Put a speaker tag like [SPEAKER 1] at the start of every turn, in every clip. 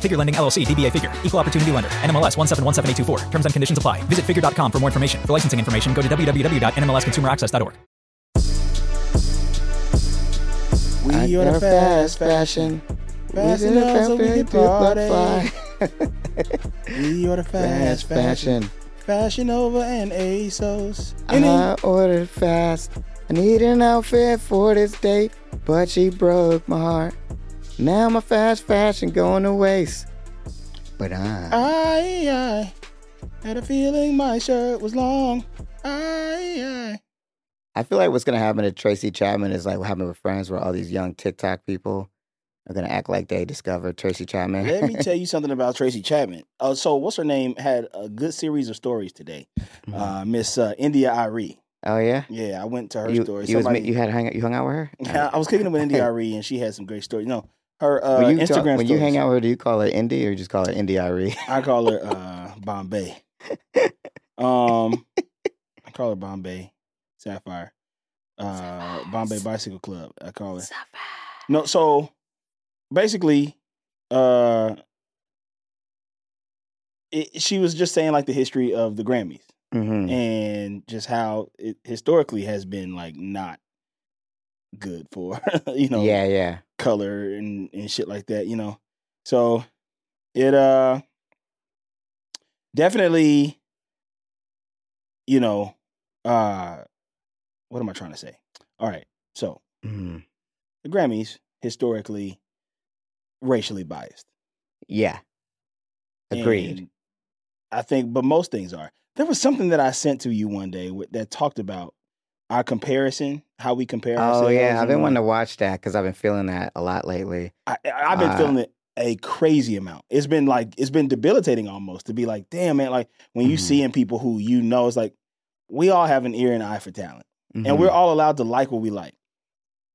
[SPEAKER 1] Figure Lending LLC, DBA Figure, Equal Opportunity Lender, NMLS 1717824. Terms and conditions apply. Visit figure.com for more information. For licensing information, go to www.nmlsconsumeraccess.org.
[SPEAKER 2] We on a fast fashion. Fast enough so we can party. We on a fast Fast fashion. fashion.
[SPEAKER 3] Fashion Nova and ASOS. Any
[SPEAKER 2] I ordered fast. I need an outfit for this date, but she broke my heart. Now my fast fashion going to waste. But uh, I,
[SPEAKER 3] I, I had a feeling my shirt was long. I, I
[SPEAKER 2] I feel like what's gonna happen to Tracy Chapman is like what happened with Friends, where all these young TikTok people are gonna act like they discovered Tracy Chapman.
[SPEAKER 3] let me tell you something about Tracy Chapman. Uh, so what's her name had a good series of stories today.
[SPEAKER 2] Mm-hmm.
[SPEAKER 3] Uh, Miss uh, India Irie.
[SPEAKER 2] oh yeah,
[SPEAKER 3] Yeah, I went to her
[SPEAKER 2] you,
[SPEAKER 3] story.
[SPEAKER 2] you, was,
[SPEAKER 3] Somebody-
[SPEAKER 2] you had hung, you hung out with her.
[SPEAKER 3] Yeah, uh, I was kicking it with India Irie, and she had some great stories. No, her uh,
[SPEAKER 2] when you,
[SPEAKER 3] Instagram.
[SPEAKER 2] talk- when you
[SPEAKER 3] stories.
[SPEAKER 2] hang out with her, do you call her Indie or you just call her Indie Irie?
[SPEAKER 3] I call her uh, Bombay. Um, I call her Bombay Sapphire. Uh, Bombay Bicycle Club. I call it. No, so basically, uh, it, she was just saying like the history of the Grammys
[SPEAKER 2] hmm
[SPEAKER 3] and just how it historically has been like not good for you know
[SPEAKER 2] Yeah, yeah.
[SPEAKER 3] color and, and shit like that, you know. So it uh definitely you know uh what am I trying to say? All right. So
[SPEAKER 2] Mhm.
[SPEAKER 3] the Grammys historically racially biased.
[SPEAKER 2] Yeah. Agreed.
[SPEAKER 3] And I think but most things are. There was something that I sent to you one day with, that talked about our comparison, how we compare
[SPEAKER 2] Oh
[SPEAKER 3] ourselves.
[SPEAKER 2] yeah, I've
[SPEAKER 3] and
[SPEAKER 2] been
[SPEAKER 3] like-
[SPEAKER 2] wanting to watch that because I've been feeling that a lot lately.
[SPEAKER 3] I, I- I've been
[SPEAKER 2] Uh,
[SPEAKER 3] feeling it a crazy amount. It's been like it's been debilitating almost to be like, damn man, like when you
[SPEAKER 2] Mhm.
[SPEAKER 3] seeing people who you know, it's like we all have an ear and eye for talent, and
[SPEAKER 2] Mhm.
[SPEAKER 3] we're all allowed to like what we like.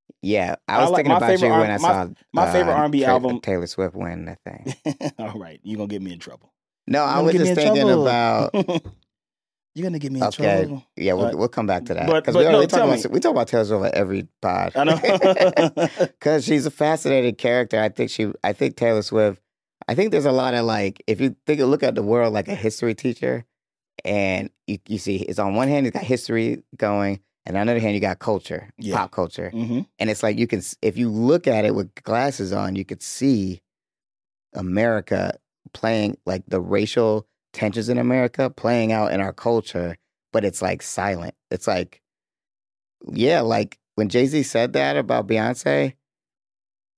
[SPEAKER 2] yeah, I
[SPEAKER 3] I
[SPEAKER 2] was
[SPEAKER 3] like-
[SPEAKER 2] thinking
[SPEAKER 3] my
[SPEAKER 2] about you
[SPEAKER 3] favorite
[SPEAKER 2] when
[SPEAKER 3] R-
[SPEAKER 2] I
[SPEAKER 3] my-
[SPEAKER 2] saw uh,
[SPEAKER 3] my favorite R&B album-
[SPEAKER 2] Taylor Swift win that thing.
[SPEAKER 3] all right, you're gonna get me in trouble.
[SPEAKER 2] No, I
[SPEAKER 3] Don't
[SPEAKER 2] was
[SPEAKER 3] get me
[SPEAKER 2] just
[SPEAKER 3] in
[SPEAKER 2] thinking
[SPEAKER 3] trouble.
[SPEAKER 2] about
[SPEAKER 3] You're gonna get me in
[SPEAKER 2] Uh, okay,
[SPEAKER 3] trouble.
[SPEAKER 2] yeah, we'll,
[SPEAKER 3] But-
[SPEAKER 2] we'll come back to that
[SPEAKER 3] but-
[SPEAKER 2] because
[SPEAKER 3] but
[SPEAKER 2] we
[SPEAKER 3] no,
[SPEAKER 2] already talk
[SPEAKER 3] tell
[SPEAKER 2] about
[SPEAKER 3] me.
[SPEAKER 2] we talk about Taylor Swift on every pod.
[SPEAKER 3] I know.
[SPEAKER 2] because she's a fascinating character. I think she, I think Taylor Swift, I think there's a lot of like, if you think look at the world like a history teacher, and you, you see, it's on one hand you got history going, and on the other hand you got culture,
[SPEAKER 3] Yeah.
[SPEAKER 2] pop culture,
[SPEAKER 3] hmm
[SPEAKER 2] and it's like you can, s- if you look at it with glasses on, you could see America playing like the racial tensions in America playing out in our culture, but it's like silent. It's like, yeah, like when Jay Z said that about Beyonce,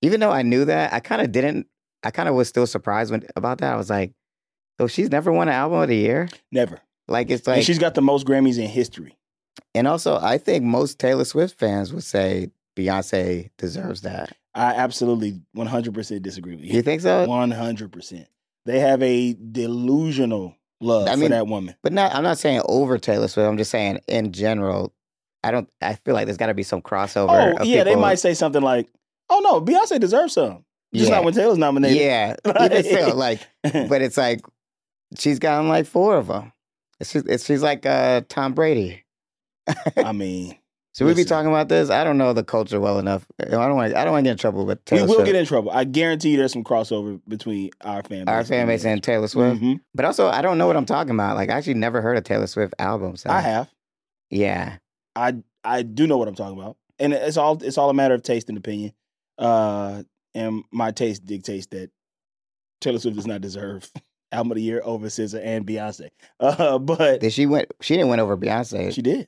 [SPEAKER 2] even though I knew that, I kind of didn't. I kind of was still surprised when, about that. I was like, so she's never won an album of the year.
[SPEAKER 3] Never.
[SPEAKER 2] Like it's
[SPEAKER 3] and
[SPEAKER 2] like,
[SPEAKER 3] she's got the most Grammys in history.
[SPEAKER 2] and also I think most Taylor Swift fans would say Beyonce deserves that.
[SPEAKER 3] I absolutely 100% disagree with you.
[SPEAKER 2] You think so?
[SPEAKER 3] One hundred percent. They have a delusional love
[SPEAKER 2] I
[SPEAKER 3] for
[SPEAKER 2] mean-
[SPEAKER 3] that woman.
[SPEAKER 2] But not, I'm not saying over Taylor Swift. I'm just saying in general. I don't. I feel like there's got to be some crossover.
[SPEAKER 3] Oh
[SPEAKER 2] of
[SPEAKER 3] yeah, they
[SPEAKER 2] people-
[SPEAKER 3] might say something like, "Oh no, Beyonce deserves some." Just
[SPEAKER 2] Yeah.
[SPEAKER 3] not when Taylor's nominated.
[SPEAKER 2] Yeah, even still, like but it's like she's gotten like four of them. It's just, it's, she's like uh, Tom Brady.
[SPEAKER 3] I mean,
[SPEAKER 2] Should we be
[SPEAKER 3] Listen.
[SPEAKER 2] talking about this? I don't know the culture well enough. I don't want. I don't want to get in trouble with
[SPEAKER 3] we
[SPEAKER 2] Taylor
[SPEAKER 3] will
[SPEAKER 2] Swift,
[SPEAKER 3] get in trouble. I guarantee you, there's some crossover between our fan base
[SPEAKER 2] our fan base and Taylor Swift.
[SPEAKER 3] Mhm.
[SPEAKER 2] But also, I don't know what I'm talking about. Like, I actually never heard a Taylor Swift album. So
[SPEAKER 3] I have.
[SPEAKER 2] Yeah,
[SPEAKER 3] I I do know what I'm talking about, and it's all it's all a matter of taste and opinion. Uh, and my taste dictates that Taylor Swift does not deserve album of the year over SZA and Beyonce. Uh, but
[SPEAKER 2] Did she went. She didn't win over Beyonce.
[SPEAKER 3] she
[SPEAKER 2] She,
[SPEAKER 3] did.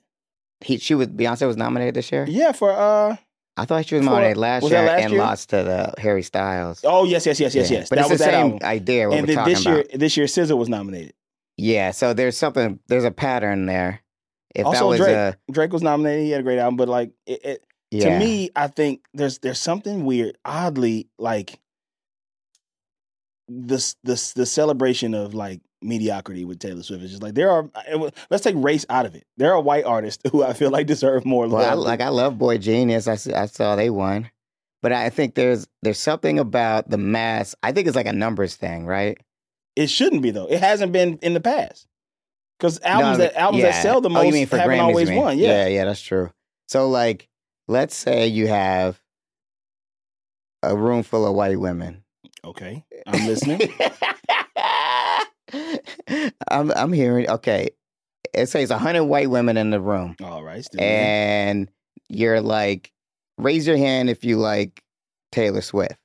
[SPEAKER 2] he, she was Beyonce was nominated this year.
[SPEAKER 3] Yeah, for uh
[SPEAKER 2] I thought she was my
[SPEAKER 3] Before-
[SPEAKER 2] last
[SPEAKER 3] was
[SPEAKER 2] year
[SPEAKER 3] that last
[SPEAKER 2] and
[SPEAKER 3] year?
[SPEAKER 2] lost to the Harry Styles.
[SPEAKER 3] Oh yes, yes, yes, yes,
[SPEAKER 2] Yeah.
[SPEAKER 3] yes.
[SPEAKER 2] But
[SPEAKER 3] that
[SPEAKER 2] it's
[SPEAKER 3] was
[SPEAKER 2] the
[SPEAKER 3] that
[SPEAKER 2] same
[SPEAKER 3] album.
[SPEAKER 2] idea. What
[SPEAKER 3] And then
[SPEAKER 2] we're talking
[SPEAKER 3] this year,
[SPEAKER 2] about.
[SPEAKER 3] this year, SZA was nominated.
[SPEAKER 2] yeah. So there's something. There's a pattern there. If that
[SPEAKER 3] Also
[SPEAKER 2] was
[SPEAKER 3] Drake.
[SPEAKER 2] a
[SPEAKER 3] Drake was nominated. He had a great album, but like it, it,
[SPEAKER 2] yeah,
[SPEAKER 3] to me, I think there's there's something weird, oddly like this this the celebration of like mediocrity with Taylor Swift is just like there are. uh, it wa- Let's take race out of it. There are white artists who I feel like deserve more
[SPEAKER 2] Well, I,
[SPEAKER 3] love.
[SPEAKER 2] like I love Boy Genius. I, s- I saw they won, but I think there's there's something about the mass. I think it's like a numbers thing, right?
[SPEAKER 3] it shouldn't be though. It hasn't been in the past because albums
[SPEAKER 2] No,
[SPEAKER 3] that albums
[SPEAKER 2] yeah.
[SPEAKER 3] that sell the
[SPEAKER 2] Oh,
[SPEAKER 3] most
[SPEAKER 2] you mean for
[SPEAKER 3] haven't
[SPEAKER 2] Grammys, you
[SPEAKER 3] always
[SPEAKER 2] mean?
[SPEAKER 3] won. Yeah.
[SPEAKER 2] yeah, that's true. So like, let's say you have a room full of white women.
[SPEAKER 3] Okay, I'm listening.
[SPEAKER 2] I'm I'm hearing okay. It says hundred white women in the room,
[SPEAKER 3] All right, still
[SPEAKER 2] Eh.
[SPEAKER 3] listening.
[SPEAKER 2] and you're like, raise your hand if you like Taylor Swift,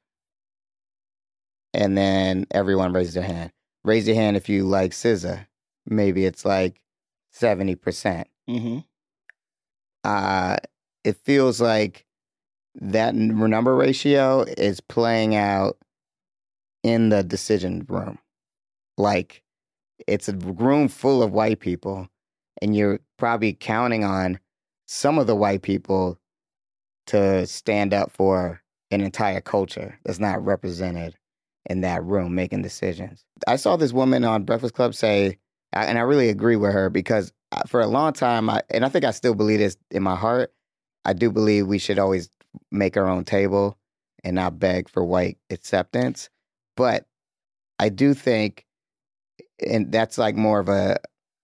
[SPEAKER 2] and then everyone raises their hand. Raise your hand if you like SZA. Maybe it's like seventy percent.
[SPEAKER 3] Mhm.
[SPEAKER 2] Uh, it feels like that n- number ratio is playing out in the decision room. Like it's a room full of white people, and you're probably counting on some of the white people to stand up for an entire culture that's not represented in that room making decisions. I saw this woman on Breakfast Club say, I- and I really agree with her because I- for a long time, I, and I think I still believe this in my heart, I do believe we should always make our own table and not beg for white acceptance. But I do think, and that's like more of a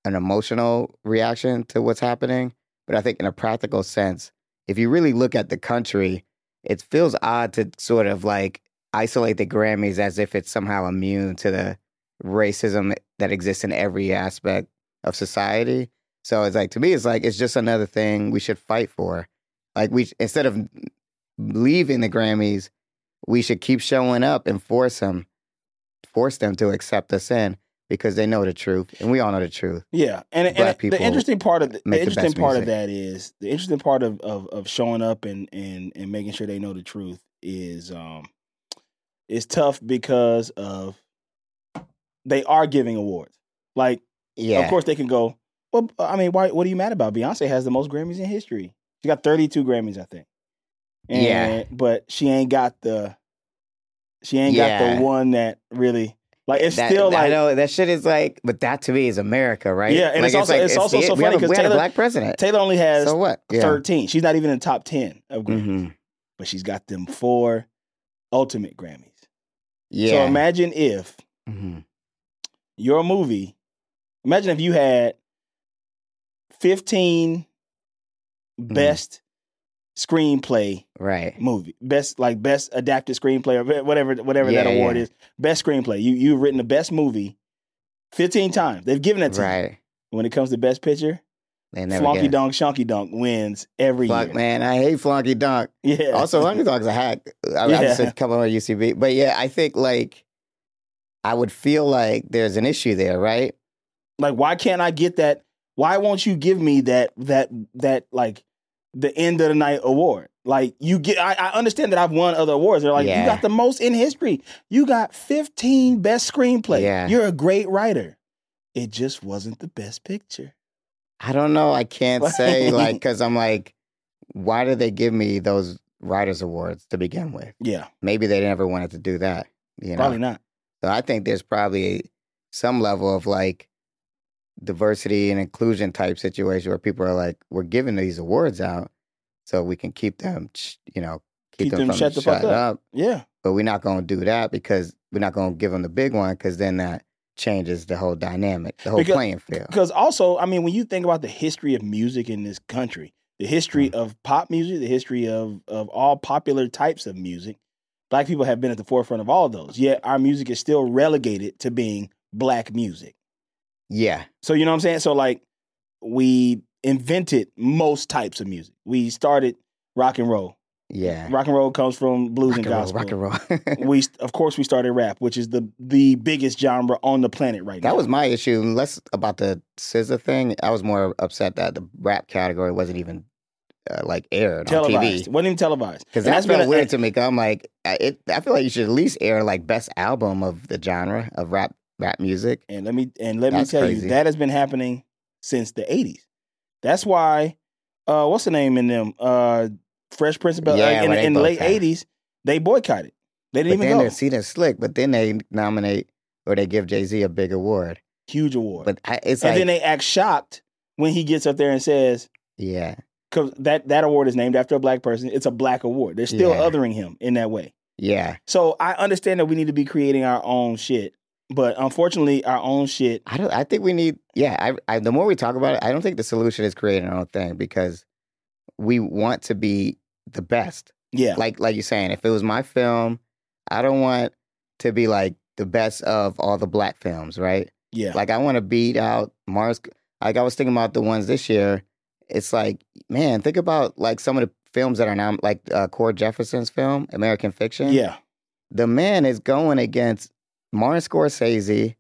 [SPEAKER 2] an emotional reaction to what's happening. But I think in a practical sense, if you really look at the country, it feels odd to sort of like isolate the Grammys as if it's somehow immune to the racism that exists in every aspect of society. So it's like to me, it's like it's just another thing we should fight for. Like we instead of leaving the Grammys, we should keep showing up and force them, force them to accept us in because they know the truth and we all know the truth.
[SPEAKER 3] Yeah, and, and
[SPEAKER 2] Black
[SPEAKER 3] the
[SPEAKER 2] people
[SPEAKER 3] interesting part of the, the
[SPEAKER 2] make the
[SPEAKER 3] interesting
[SPEAKER 2] best
[SPEAKER 3] part of
[SPEAKER 2] music.
[SPEAKER 3] that is the interesting part of, of of showing up and and and making sure they know the truth is um is tough because of they are giving awards. Like,
[SPEAKER 2] Yeah,
[SPEAKER 3] of course, they can go. Well, I mean, why? What are you mad about? Beyonce has the most Grammys in history. She got thirty two Grammys, I think.
[SPEAKER 2] Yeah.
[SPEAKER 3] but she ain't got the she ain't got
[SPEAKER 2] Yeah.
[SPEAKER 3] the one that really like it's
[SPEAKER 2] That-
[SPEAKER 3] still
[SPEAKER 2] I
[SPEAKER 3] like
[SPEAKER 2] know that shit is like, but that to me is America, right?
[SPEAKER 3] Yeah, and
[SPEAKER 2] Like,
[SPEAKER 3] it's also- it's also so
[SPEAKER 2] we have
[SPEAKER 3] funny
[SPEAKER 2] a-
[SPEAKER 3] 'cause
[SPEAKER 2] we had a
[SPEAKER 3] Taylor-
[SPEAKER 2] black president.
[SPEAKER 3] Taylor only has
[SPEAKER 2] so what? Yeah.
[SPEAKER 3] 13. She's not even in the top 10 of Grammys,
[SPEAKER 2] Mhm.
[SPEAKER 3] but she's got them four ultimate Grammys.
[SPEAKER 2] Yeah.
[SPEAKER 3] So imagine if
[SPEAKER 2] Mhm.
[SPEAKER 3] your movie, imagine if you had 15
[SPEAKER 2] Mm-hmm.
[SPEAKER 3] best screenplay
[SPEAKER 2] Right.
[SPEAKER 3] movie, best like best adapted screenplay or whatever whatever that
[SPEAKER 2] Yeah,
[SPEAKER 3] award
[SPEAKER 2] yeah.
[SPEAKER 3] is, best screenplay. You you've written the best movie 15 times. They've given it to you.
[SPEAKER 2] Right.
[SPEAKER 3] When it comes to best picture,
[SPEAKER 2] They never get
[SPEAKER 3] Flonky
[SPEAKER 2] it.
[SPEAKER 3] Dunk Shonky Dunk wins every
[SPEAKER 2] Fuck,
[SPEAKER 3] year.
[SPEAKER 2] man. I hate Flonky Dunk.
[SPEAKER 3] Yeah.
[SPEAKER 2] Also, Flonky Dunk's a hack. I, I just
[SPEAKER 3] Yeah.
[SPEAKER 2] said come on UCB. But yeah, I think like I would feel like there's an issue there, right?
[SPEAKER 3] Like, why can't I get that? Why won't you give me that that that like the end of the night award? Like you get, I, I understand that I've won other awards. They're like, you
[SPEAKER 2] Yeah.
[SPEAKER 3] got the most in history. You got 15 best screenplay.
[SPEAKER 2] Yeah.
[SPEAKER 3] You're a great writer. It just wasn't the best picture.
[SPEAKER 2] I don't know. I can't say like because I'm like, why did they give me those writers awards to begin with?
[SPEAKER 3] Yeah,
[SPEAKER 2] Maybe they never wanted to do that. You know?
[SPEAKER 3] probably not.
[SPEAKER 2] So I think there's probably some level of like diversity and inclusion type situation where people are like, we're giving these awards out so we can keep them, sh- you know, keep,
[SPEAKER 3] Keep
[SPEAKER 2] them,
[SPEAKER 3] them
[SPEAKER 2] from
[SPEAKER 3] shut the fuck up. Yeah,
[SPEAKER 2] But we're not going to do that because we're not going to give them the big one because then that changes the whole dynamic, the whole
[SPEAKER 3] Because-
[SPEAKER 2] playing field.
[SPEAKER 3] because also, I mean, when you think about the history of music in this country, the
[SPEAKER 2] Mm.
[SPEAKER 3] history of pop music, the history of of all popular types of music, black people have been at the forefront of all those. Yet our music is still relegated to being black music.
[SPEAKER 2] Yeah.
[SPEAKER 3] So you know what I'm saying? So like we invented most types of music. We started rock and roll.
[SPEAKER 2] Yeah.
[SPEAKER 3] Rock and roll comes from blues
[SPEAKER 2] Rock
[SPEAKER 3] and
[SPEAKER 2] and roll,
[SPEAKER 3] gospel.
[SPEAKER 2] rock and roll.
[SPEAKER 3] We of course we started rap, which is the the biggest genre on the planet right now.
[SPEAKER 2] that was my issue. Less about the scissor thing. I was more upset that the rap category wasn't even uh, like aired on
[SPEAKER 3] televised.
[SPEAKER 2] TV.
[SPEAKER 3] Wasn't even televised.
[SPEAKER 2] Because
[SPEAKER 3] And
[SPEAKER 2] that
[SPEAKER 3] been
[SPEAKER 2] felt
[SPEAKER 3] a-
[SPEAKER 2] weird to me. 'cause I'm like, I, it, I feel like you should at least air like best album of the genre of rap rap music.
[SPEAKER 3] And let me and let
[SPEAKER 2] That's
[SPEAKER 3] me tell
[SPEAKER 2] crazy.
[SPEAKER 3] you that has been happening since the '80s. That's why, uh, what's the name in them? Uh, Fresh Prince of Bel
[SPEAKER 2] Yeah,
[SPEAKER 3] Air in,
[SPEAKER 2] when they
[SPEAKER 3] in the late
[SPEAKER 2] boycotted.
[SPEAKER 3] '80s, they boycotted. They
[SPEAKER 2] But
[SPEAKER 3] didn't
[SPEAKER 2] then
[SPEAKER 3] even go.
[SPEAKER 2] they're see they're slick. But then they nominate or they give Jay Z a big award.
[SPEAKER 3] Huge award.
[SPEAKER 2] But I, it's
[SPEAKER 3] and
[SPEAKER 2] like,
[SPEAKER 3] then they act shocked when he gets up there and says,
[SPEAKER 2] yeah,
[SPEAKER 3] "Cause that that award is named after a black person. It's a black award. They're still
[SPEAKER 2] Yeah.
[SPEAKER 3] othering him in that way."
[SPEAKER 2] yeah.
[SPEAKER 3] So I understand that we need to be creating our own shit, but unfortunately, our own shit.
[SPEAKER 2] I don't. I think we need. Yeah. I, I. The more we talk about it, I don't think the solution is creating our own thing because we want to be the best.
[SPEAKER 3] Yeah,
[SPEAKER 2] Like like you're saying, if it was my film, I don't want to be like the best of all the black films, right?
[SPEAKER 3] yeah,
[SPEAKER 2] Like I want to beat out Mars. Like I was thinking about the ones this year. It's like, man, think about like some of the films that are now like uh, Core Jefferson's film, American Fiction.
[SPEAKER 3] yeah,
[SPEAKER 2] the man is going against Martin Scorsese.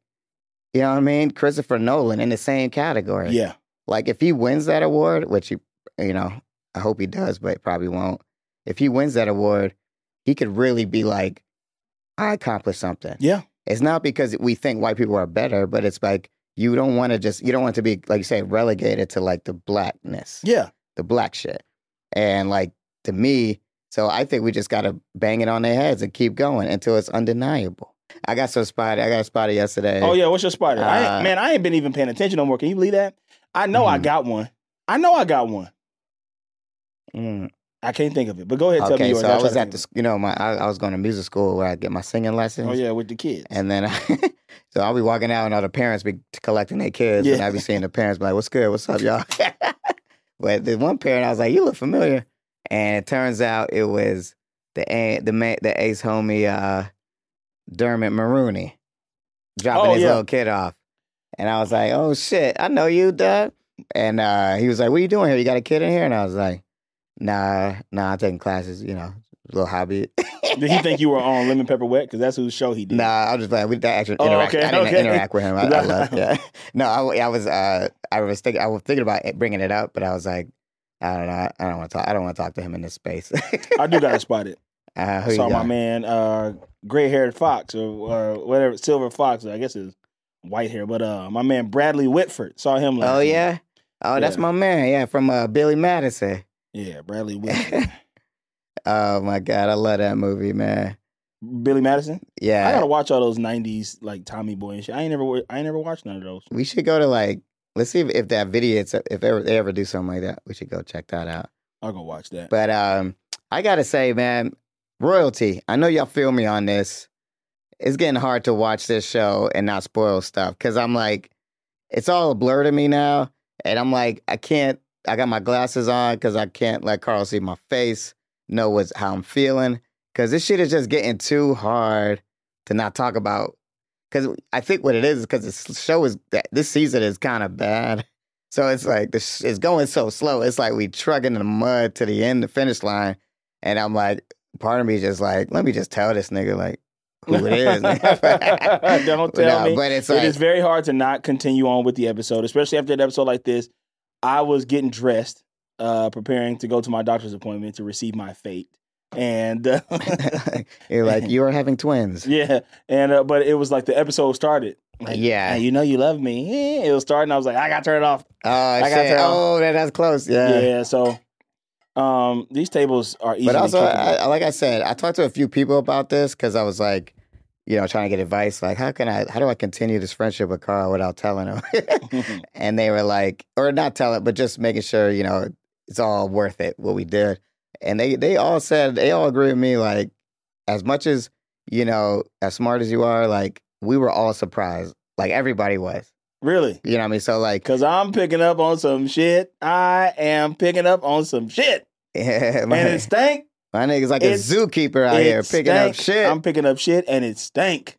[SPEAKER 2] You know what I mean? Christopher Nolan in the same category.
[SPEAKER 3] yeah.
[SPEAKER 2] Like if he wins that award, which he, you know, I hope he does, but probably won't. If he wins that award, he could really be like, I accomplished something.
[SPEAKER 3] Yeah.
[SPEAKER 2] It's not because we think white people are better, but it's like you don't want to just you don't want to be like you say relegated to like the blackness,
[SPEAKER 3] Yeah,
[SPEAKER 2] the black shit, and like to me, so I think we just gotta bang it on their heads and keep going until it's undeniable. I got some spotted. I got a spotted yesterday.
[SPEAKER 3] Oh yeah, what's your spider? I
[SPEAKER 2] Uh,
[SPEAKER 3] ain't, man, I ain't been even paying attention no more. Can you believe that? I know I
[SPEAKER 2] Mhm.
[SPEAKER 3] got one. I know I got one.
[SPEAKER 2] Mm.
[SPEAKER 3] I can't think of it. But go ahead, tell me
[SPEAKER 2] Okay,
[SPEAKER 3] yours.
[SPEAKER 2] so
[SPEAKER 3] I'll
[SPEAKER 2] I
[SPEAKER 3] try
[SPEAKER 2] was
[SPEAKER 3] to
[SPEAKER 2] at the
[SPEAKER 3] think
[SPEAKER 2] sc- you know my I, I was going to music school where I get my singing lessons.
[SPEAKER 3] of it. Oh yeah, with the kids.
[SPEAKER 2] And then I, so I'll be walking out and all the parents be collecting their kids, and
[SPEAKER 3] Yeah.
[SPEAKER 2] I be seeing the parents be like, "What's good? What's up, y'all?" but the one parent, I was like, "You look familiar," and it turns out it was the a- the ma- the ace homie uh, Dermot Maroney dropping
[SPEAKER 3] Oh,
[SPEAKER 2] his
[SPEAKER 3] yeah.
[SPEAKER 2] little kid off, and I was like, "Oh shit, I know you, Doug." And uh, he was like, "What are you doing here? You got a kid in here?" And I was like, "Nah, nah, I'm taking classes. You know, little hobby."
[SPEAKER 3] did he think you were on Lemon Pepper Wet? Because that's whose show he did.
[SPEAKER 2] Nah, I'm just like we that actually
[SPEAKER 3] Oh,
[SPEAKER 2] interact.
[SPEAKER 3] okay,
[SPEAKER 2] I didn't
[SPEAKER 3] okay.
[SPEAKER 2] interact with him. I, I
[SPEAKER 3] Nah.
[SPEAKER 2] love. Yeah. No, I, I was. Uh, I was thinking. I was thinking about it- bringing it up, but I was like, I don't know. I, I don't want to talk. I don't want to talk to him in this space.
[SPEAKER 3] I do got to spot it.
[SPEAKER 2] uh, who
[SPEAKER 3] I saw
[SPEAKER 2] you
[SPEAKER 3] my
[SPEAKER 2] got?
[SPEAKER 3] man, uh, gray haired fox or uh, whatever, silver fox. I guess it's white hair, but uh, my man Bradley Whitford saw him. Last
[SPEAKER 2] Oh
[SPEAKER 3] night.
[SPEAKER 2] yeah. Oh, that's
[SPEAKER 3] Yeah.
[SPEAKER 2] my man. Yeah, from uh, Billy Madison.
[SPEAKER 3] yeah, Bradley Whitford,
[SPEAKER 2] Oh my god, I love that movie, man.
[SPEAKER 3] Billy Madison. I
[SPEAKER 2] Yeah,
[SPEAKER 3] gotta watch all those '90s like Tommy Boy and shit. I ain't never, wa- I ain't never watched none of those.
[SPEAKER 2] we should go to like. Let's see if, if that video. It's, if ever they ever do something like that, we should go check that out.
[SPEAKER 3] I'll go watch that.
[SPEAKER 2] But um, I gotta say, man, royalty. I know y'all feel me on this. It's getting hard to watch this show and not spoil stuff because I'm like, it's all a blur to me now, and I'm like, I can't. I got my glasses on because I can't let Carl see my face, know what's how I'm feeling, because this shit is just getting too hard to not talk about. Because I think what it is is because this show is this season is kind of bad. So it's like this it's going so slow. It's like we trucking in the mud to the end, the finish line. And I'm like, part of me just like, let me just tell this nigga like who it is.
[SPEAKER 3] Don't tell me.
[SPEAKER 2] But it's
[SPEAKER 3] It
[SPEAKER 2] like
[SPEAKER 3] is very hard to not continue on with the episode, especially after an episode like this. I was getting dressed, uh, preparing to go to my doctor's appointment to receive my fate, and uh,
[SPEAKER 2] you're like, you are having twins.
[SPEAKER 3] yeah, and uh, but it was like the episode started. Like,
[SPEAKER 2] Yeah.
[SPEAKER 3] "Hey, you know you love me. Yeah, It was starting. I was like, I got to turn it off.
[SPEAKER 2] Oh,
[SPEAKER 3] got
[SPEAKER 2] shit.
[SPEAKER 3] you.
[SPEAKER 2] oh that, that's close.
[SPEAKER 3] Yeah.
[SPEAKER 2] Yeah.
[SPEAKER 3] so, um, these tables are easy.
[SPEAKER 2] But also,
[SPEAKER 3] to keep
[SPEAKER 2] I, I- like I said, I talked to a few people about this because I was like, you know, trying to get advice. Like, how can I, how do I continue this friendship with Carl without telling him? and they were like, or not tell it, but just making sure you know it's all worth it what we did. And they they all said they all agree with me like as much as you know as smart as you are like we were all surprised like everybody was
[SPEAKER 3] really,
[SPEAKER 2] you know what I mean so like
[SPEAKER 3] because I'm picking up on some shit. I am picking up on some shit,
[SPEAKER 2] my,
[SPEAKER 3] and it stank.
[SPEAKER 2] my niggas like a
[SPEAKER 3] it's-
[SPEAKER 2] zookeeper out
[SPEAKER 3] It
[SPEAKER 2] here picking up
[SPEAKER 3] stank.
[SPEAKER 2] shit.
[SPEAKER 3] I'm picking up shit and it stank.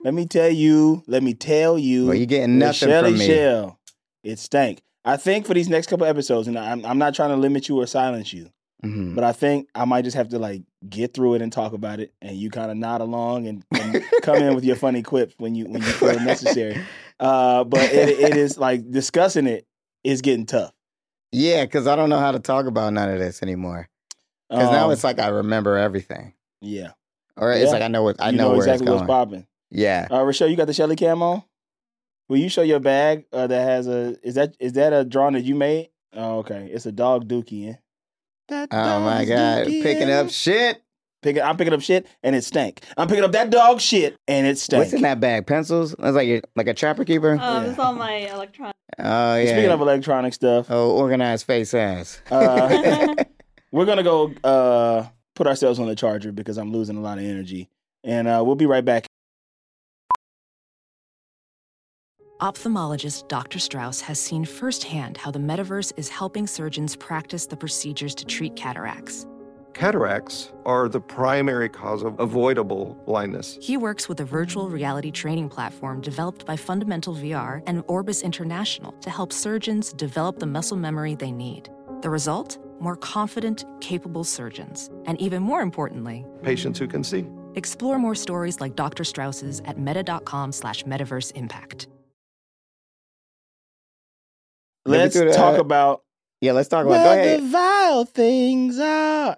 [SPEAKER 3] Let me tell you, let me tell you.
[SPEAKER 2] well, you getting nothing
[SPEAKER 3] Shelly
[SPEAKER 2] from me.
[SPEAKER 3] Shell, it stank. I think for these next couple episodes, and I'm, I'm not trying to limit you or silence you,
[SPEAKER 2] Mhm.
[SPEAKER 3] but I think I might just have to like get through it and talk about it, and you kind of nod along and, and come in with your funny quips when you when you feel necessary. Uh, but it, it is like discussing it is getting tough.
[SPEAKER 2] Yeah, because I don't know how to talk about none of this anymore. Because now
[SPEAKER 3] Um,
[SPEAKER 2] it's like I remember everything,
[SPEAKER 3] yeah,
[SPEAKER 2] or it's
[SPEAKER 3] Yeah.
[SPEAKER 2] like I know what I
[SPEAKER 3] you know,
[SPEAKER 2] know, where
[SPEAKER 3] exactly
[SPEAKER 2] it's
[SPEAKER 3] what's
[SPEAKER 2] going.
[SPEAKER 3] popping.
[SPEAKER 2] yeah,
[SPEAKER 3] Uh, Rochelle, you got the Shelly cam on. Will you show your bag uh, that has a? Is that is that a drawing that you made? Oh, okay. It's a dog dookie. Eh? That
[SPEAKER 2] Oh my
[SPEAKER 3] dog's
[SPEAKER 2] god,
[SPEAKER 3] dookie,
[SPEAKER 2] picking
[SPEAKER 3] eh?
[SPEAKER 2] up shit.
[SPEAKER 3] Picking- I'm picking up shit and it stank. I'm picking up that dog shit and it stank.
[SPEAKER 2] What's in that bag? Pencils? That's like your, like a trapper keeper. Oh,
[SPEAKER 4] Um,
[SPEAKER 3] Yeah.
[SPEAKER 4] It's all my electronic.
[SPEAKER 2] yeah.
[SPEAKER 3] Speaking of electronic stuff,
[SPEAKER 2] oh, organized face ass.
[SPEAKER 3] uh, we're gonna go uh, put ourselves on the charger because I'm losing a lot of energy, and uh, we'll be right back.
[SPEAKER 5] Ophthalmologist Dr. Strauss has seen firsthand how the metaverse is helping surgeons practice the procedures to treat cataracts.
[SPEAKER 6] Cataracts are the primary cause of avoidable blindness.
[SPEAKER 5] He works with a virtual reality training platform developed by Fundamental VR and Orbis International to help surgeons develop the muscle memory they need. The result? More confident, capable surgeons. And even more importantly,
[SPEAKER 6] Patients who can see.
[SPEAKER 5] explore more stories like Dr. Strauss's at meta.com slash metaverse impact.
[SPEAKER 2] Let me
[SPEAKER 3] Let's
[SPEAKER 2] do the-
[SPEAKER 3] talk about
[SPEAKER 2] Yeah, let's talk about. Go
[SPEAKER 3] where the
[SPEAKER 2] ahead.
[SPEAKER 3] vile things are.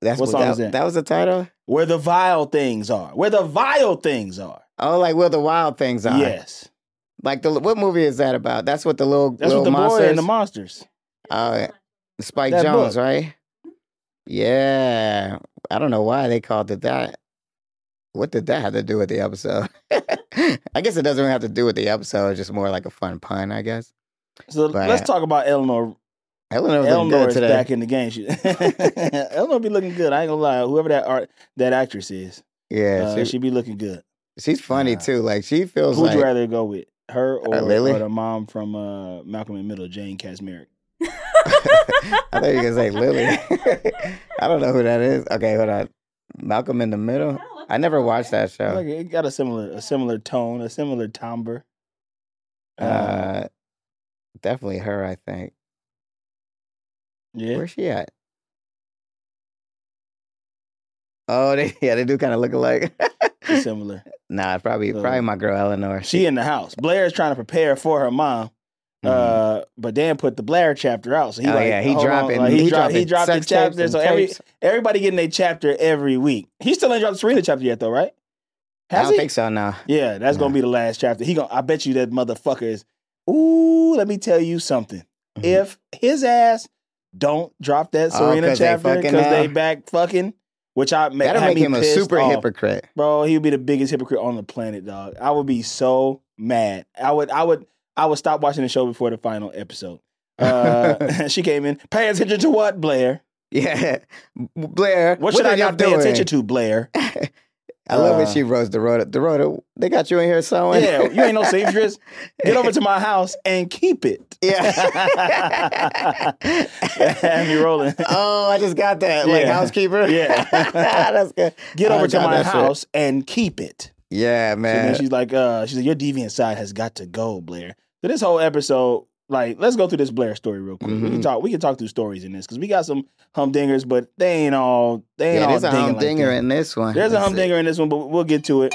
[SPEAKER 2] That's
[SPEAKER 3] What
[SPEAKER 2] what,
[SPEAKER 3] song
[SPEAKER 2] that,
[SPEAKER 3] is that?
[SPEAKER 2] that was the title.
[SPEAKER 3] Where the vile things are. Where the vile things are.
[SPEAKER 2] Oh, like where the wild things are.
[SPEAKER 3] Yes.
[SPEAKER 2] Like the what movie is that about? That's what the little
[SPEAKER 3] That's
[SPEAKER 2] little
[SPEAKER 3] what the
[SPEAKER 2] monsters.
[SPEAKER 3] boy and the monsters.
[SPEAKER 2] Oh, yeah. Spike
[SPEAKER 3] That
[SPEAKER 2] Jones,
[SPEAKER 3] book.
[SPEAKER 2] right? Yeah. I don't know why they called it that. What did that have to do with the episode? I guess it doesn't really have to do with the episode. It's just more like a fun pun, I guess.
[SPEAKER 3] So
[SPEAKER 2] Right.
[SPEAKER 3] let's talk about Eleanor.
[SPEAKER 2] Eleanor was looking
[SPEAKER 3] Eleanor
[SPEAKER 2] good
[SPEAKER 3] is
[SPEAKER 2] today.
[SPEAKER 3] back in the game. She, Eleanor be looking good. I ain't gonna lie. Whoever that art that actress is,
[SPEAKER 2] yeah,
[SPEAKER 3] uh,
[SPEAKER 2] she,
[SPEAKER 3] she, be looking good.
[SPEAKER 2] she's funny
[SPEAKER 3] uh,
[SPEAKER 2] too. Like she feels
[SPEAKER 3] Who'd
[SPEAKER 2] like
[SPEAKER 3] you rather go with, her or,
[SPEAKER 2] Uh, Lily?
[SPEAKER 3] or the mom from uh, Malcolm in the Middle, Jane Kasmerick?
[SPEAKER 2] I thought you were gonna say Lily. I don't know who that is. Okay, hold on. Malcolm in the Middle.
[SPEAKER 4] Oh,
[SPEAKER 2] I never watched that show.
[SPEAKER 3] Like it got a similar a similar tone, a similar timbre. Uh,
[SPEAKER 2] Uh, definitely her. I think.
[SPEAKER 3] yeah.
[SPEAKER 2] Where's she at? Oh, they, yeah, they do kind of look alike.
[SPEAKER 3] it's Similar.
[SPEAKER 2] nah, probably
[SPEAKER 3] So-
[SPEAKER 2] probably my girl Eleanor.
[SPEAKER 3] uh, She in the house. Blair is trying to prepare for her mom.
[SPEAKER 2] Mhm.
[SPEAKER 3] Uh, but Dan put the Blair chapter out, so he
[SPEAKER 2] oh
[SPEAKER 3] like,
[SPEAKER 2] yeah, he
[SPEAKER 3] hold on,
[SPEAKER 2] dropping.
[SPEAKER 3] like, he, dropped he dropped the
[SPEAKER 2] sex tapes
[SPEAKER 3] chapter.
[SPEAKER 2] and
[SPEAKER 3] So every
[SPEAKER 2] tapes.
[SPEAKER 3] everybody getting their chapter every week. He still ain't dropped the Serena chapter yet, though, right?
[SPEAKER 2] I
[SPEAKER 3] Has
[SPEAKER 2] don't
[SPEAKER 3] he?
[SPEAKER 2] think so. No.
[SPEAKER 3] Yeah, that's gonna
[SPEAKER 2] Nah.
[SPEAKER 3] be the last chapter. He gonna. I bet you that motherfucker is. Ooh, let me tell you something.
[SPEAKER 2] Mhm.
[SPEAKER 3] If his ass don't drop that
[SPEAKER 2] Oh,
[SPEAKER 3] Serena
[SPEAKER 2] 'cause they
[SPEAKER 3] chapter
[SPEAKER 2] fucking
[SPEAKER 3] because
[SPEAKER 2] now?
[SPEAKER 3] they back fucking, which I ma-
[SPEAKER 2] That'll
[SPEAKER 3] had
[SPEAKER 2] make
[SPEAKER 3] me
[SPEAKER 2] him a
[SPEAKER 3] pissed
[SPEAKER 2] super
[SPEAKER 3] off.
[SPEAKER 2] hypocrite.
[SPEAKER 3] Bro, he would be the biggest hypocrite on the planet, dog. I would be so mad. I would, I would, I would stop watching the show before the final episode. Uh, she came in. Pay attention to what, Blair?
[SPEAKER 2] Yeah, Blair.
[SPEAKER 3] What, should I
[SPEAKER 2] are y'all
[SPEAKER 3] not pay
[SPEAKER 2] doing?
[SPEAKER 3] attention to, Blair?
[SPEAKER 2] I love when
[SPEAKER 3] Uh,
[SPEAKER 2] she rose Dorota. Dorota, they got you in here sewing.
[SPEAKER 3] yeah, you ain't no seamstress. Get over to my house and keep it.
[SPEAKER 2] Yeah.
[SPEAKER 3] Have me rolling.
[SPEAKER 2] Oh, I just got that. Like
[SPEAKER 3] Yeah.
[SPEAKER 2] housekeeper.
[SPEAKER 3] Yeah.
[SPEAKER 2] That's good.
[SPEAKER 3] Get
[SPEAKER 2] I
[SPEAKER 3] over to
[SPEAKER 2] got
[SPEAKER 3] my
[SPEAKER 2] that shit.
[SPEAKER 3] house and keep it.
[SPEAKER 2] Yeah,
[SPEAKER 3] So
[SPEAKER 2] man.
[SPEAKER 3] then she's like, uh, she's like, your deviant side has got to go, Blair. So this whole episode, like, let's go through this Blair story real quick. We can
[SPEAKER 2] Mhm.
[SPEAKER 3] talk. We can talk through stories in this because we got some humdingers, but they ain't all. They ain't
[SPEAKER 2] yeah,
[SPEAKER 3] all.
[SPEAKER 2] there's a
[SPEAKER 3] dinging
[SPEAKER 2] humdinger
[SPEAKER 3] Like that.
[SPEAKER 2] in this one.
[SPEAKER 3] There's a
[SPEAKER 2] Let's see.
[SPEAKER 3] humdinger in this one, but we'll get to it.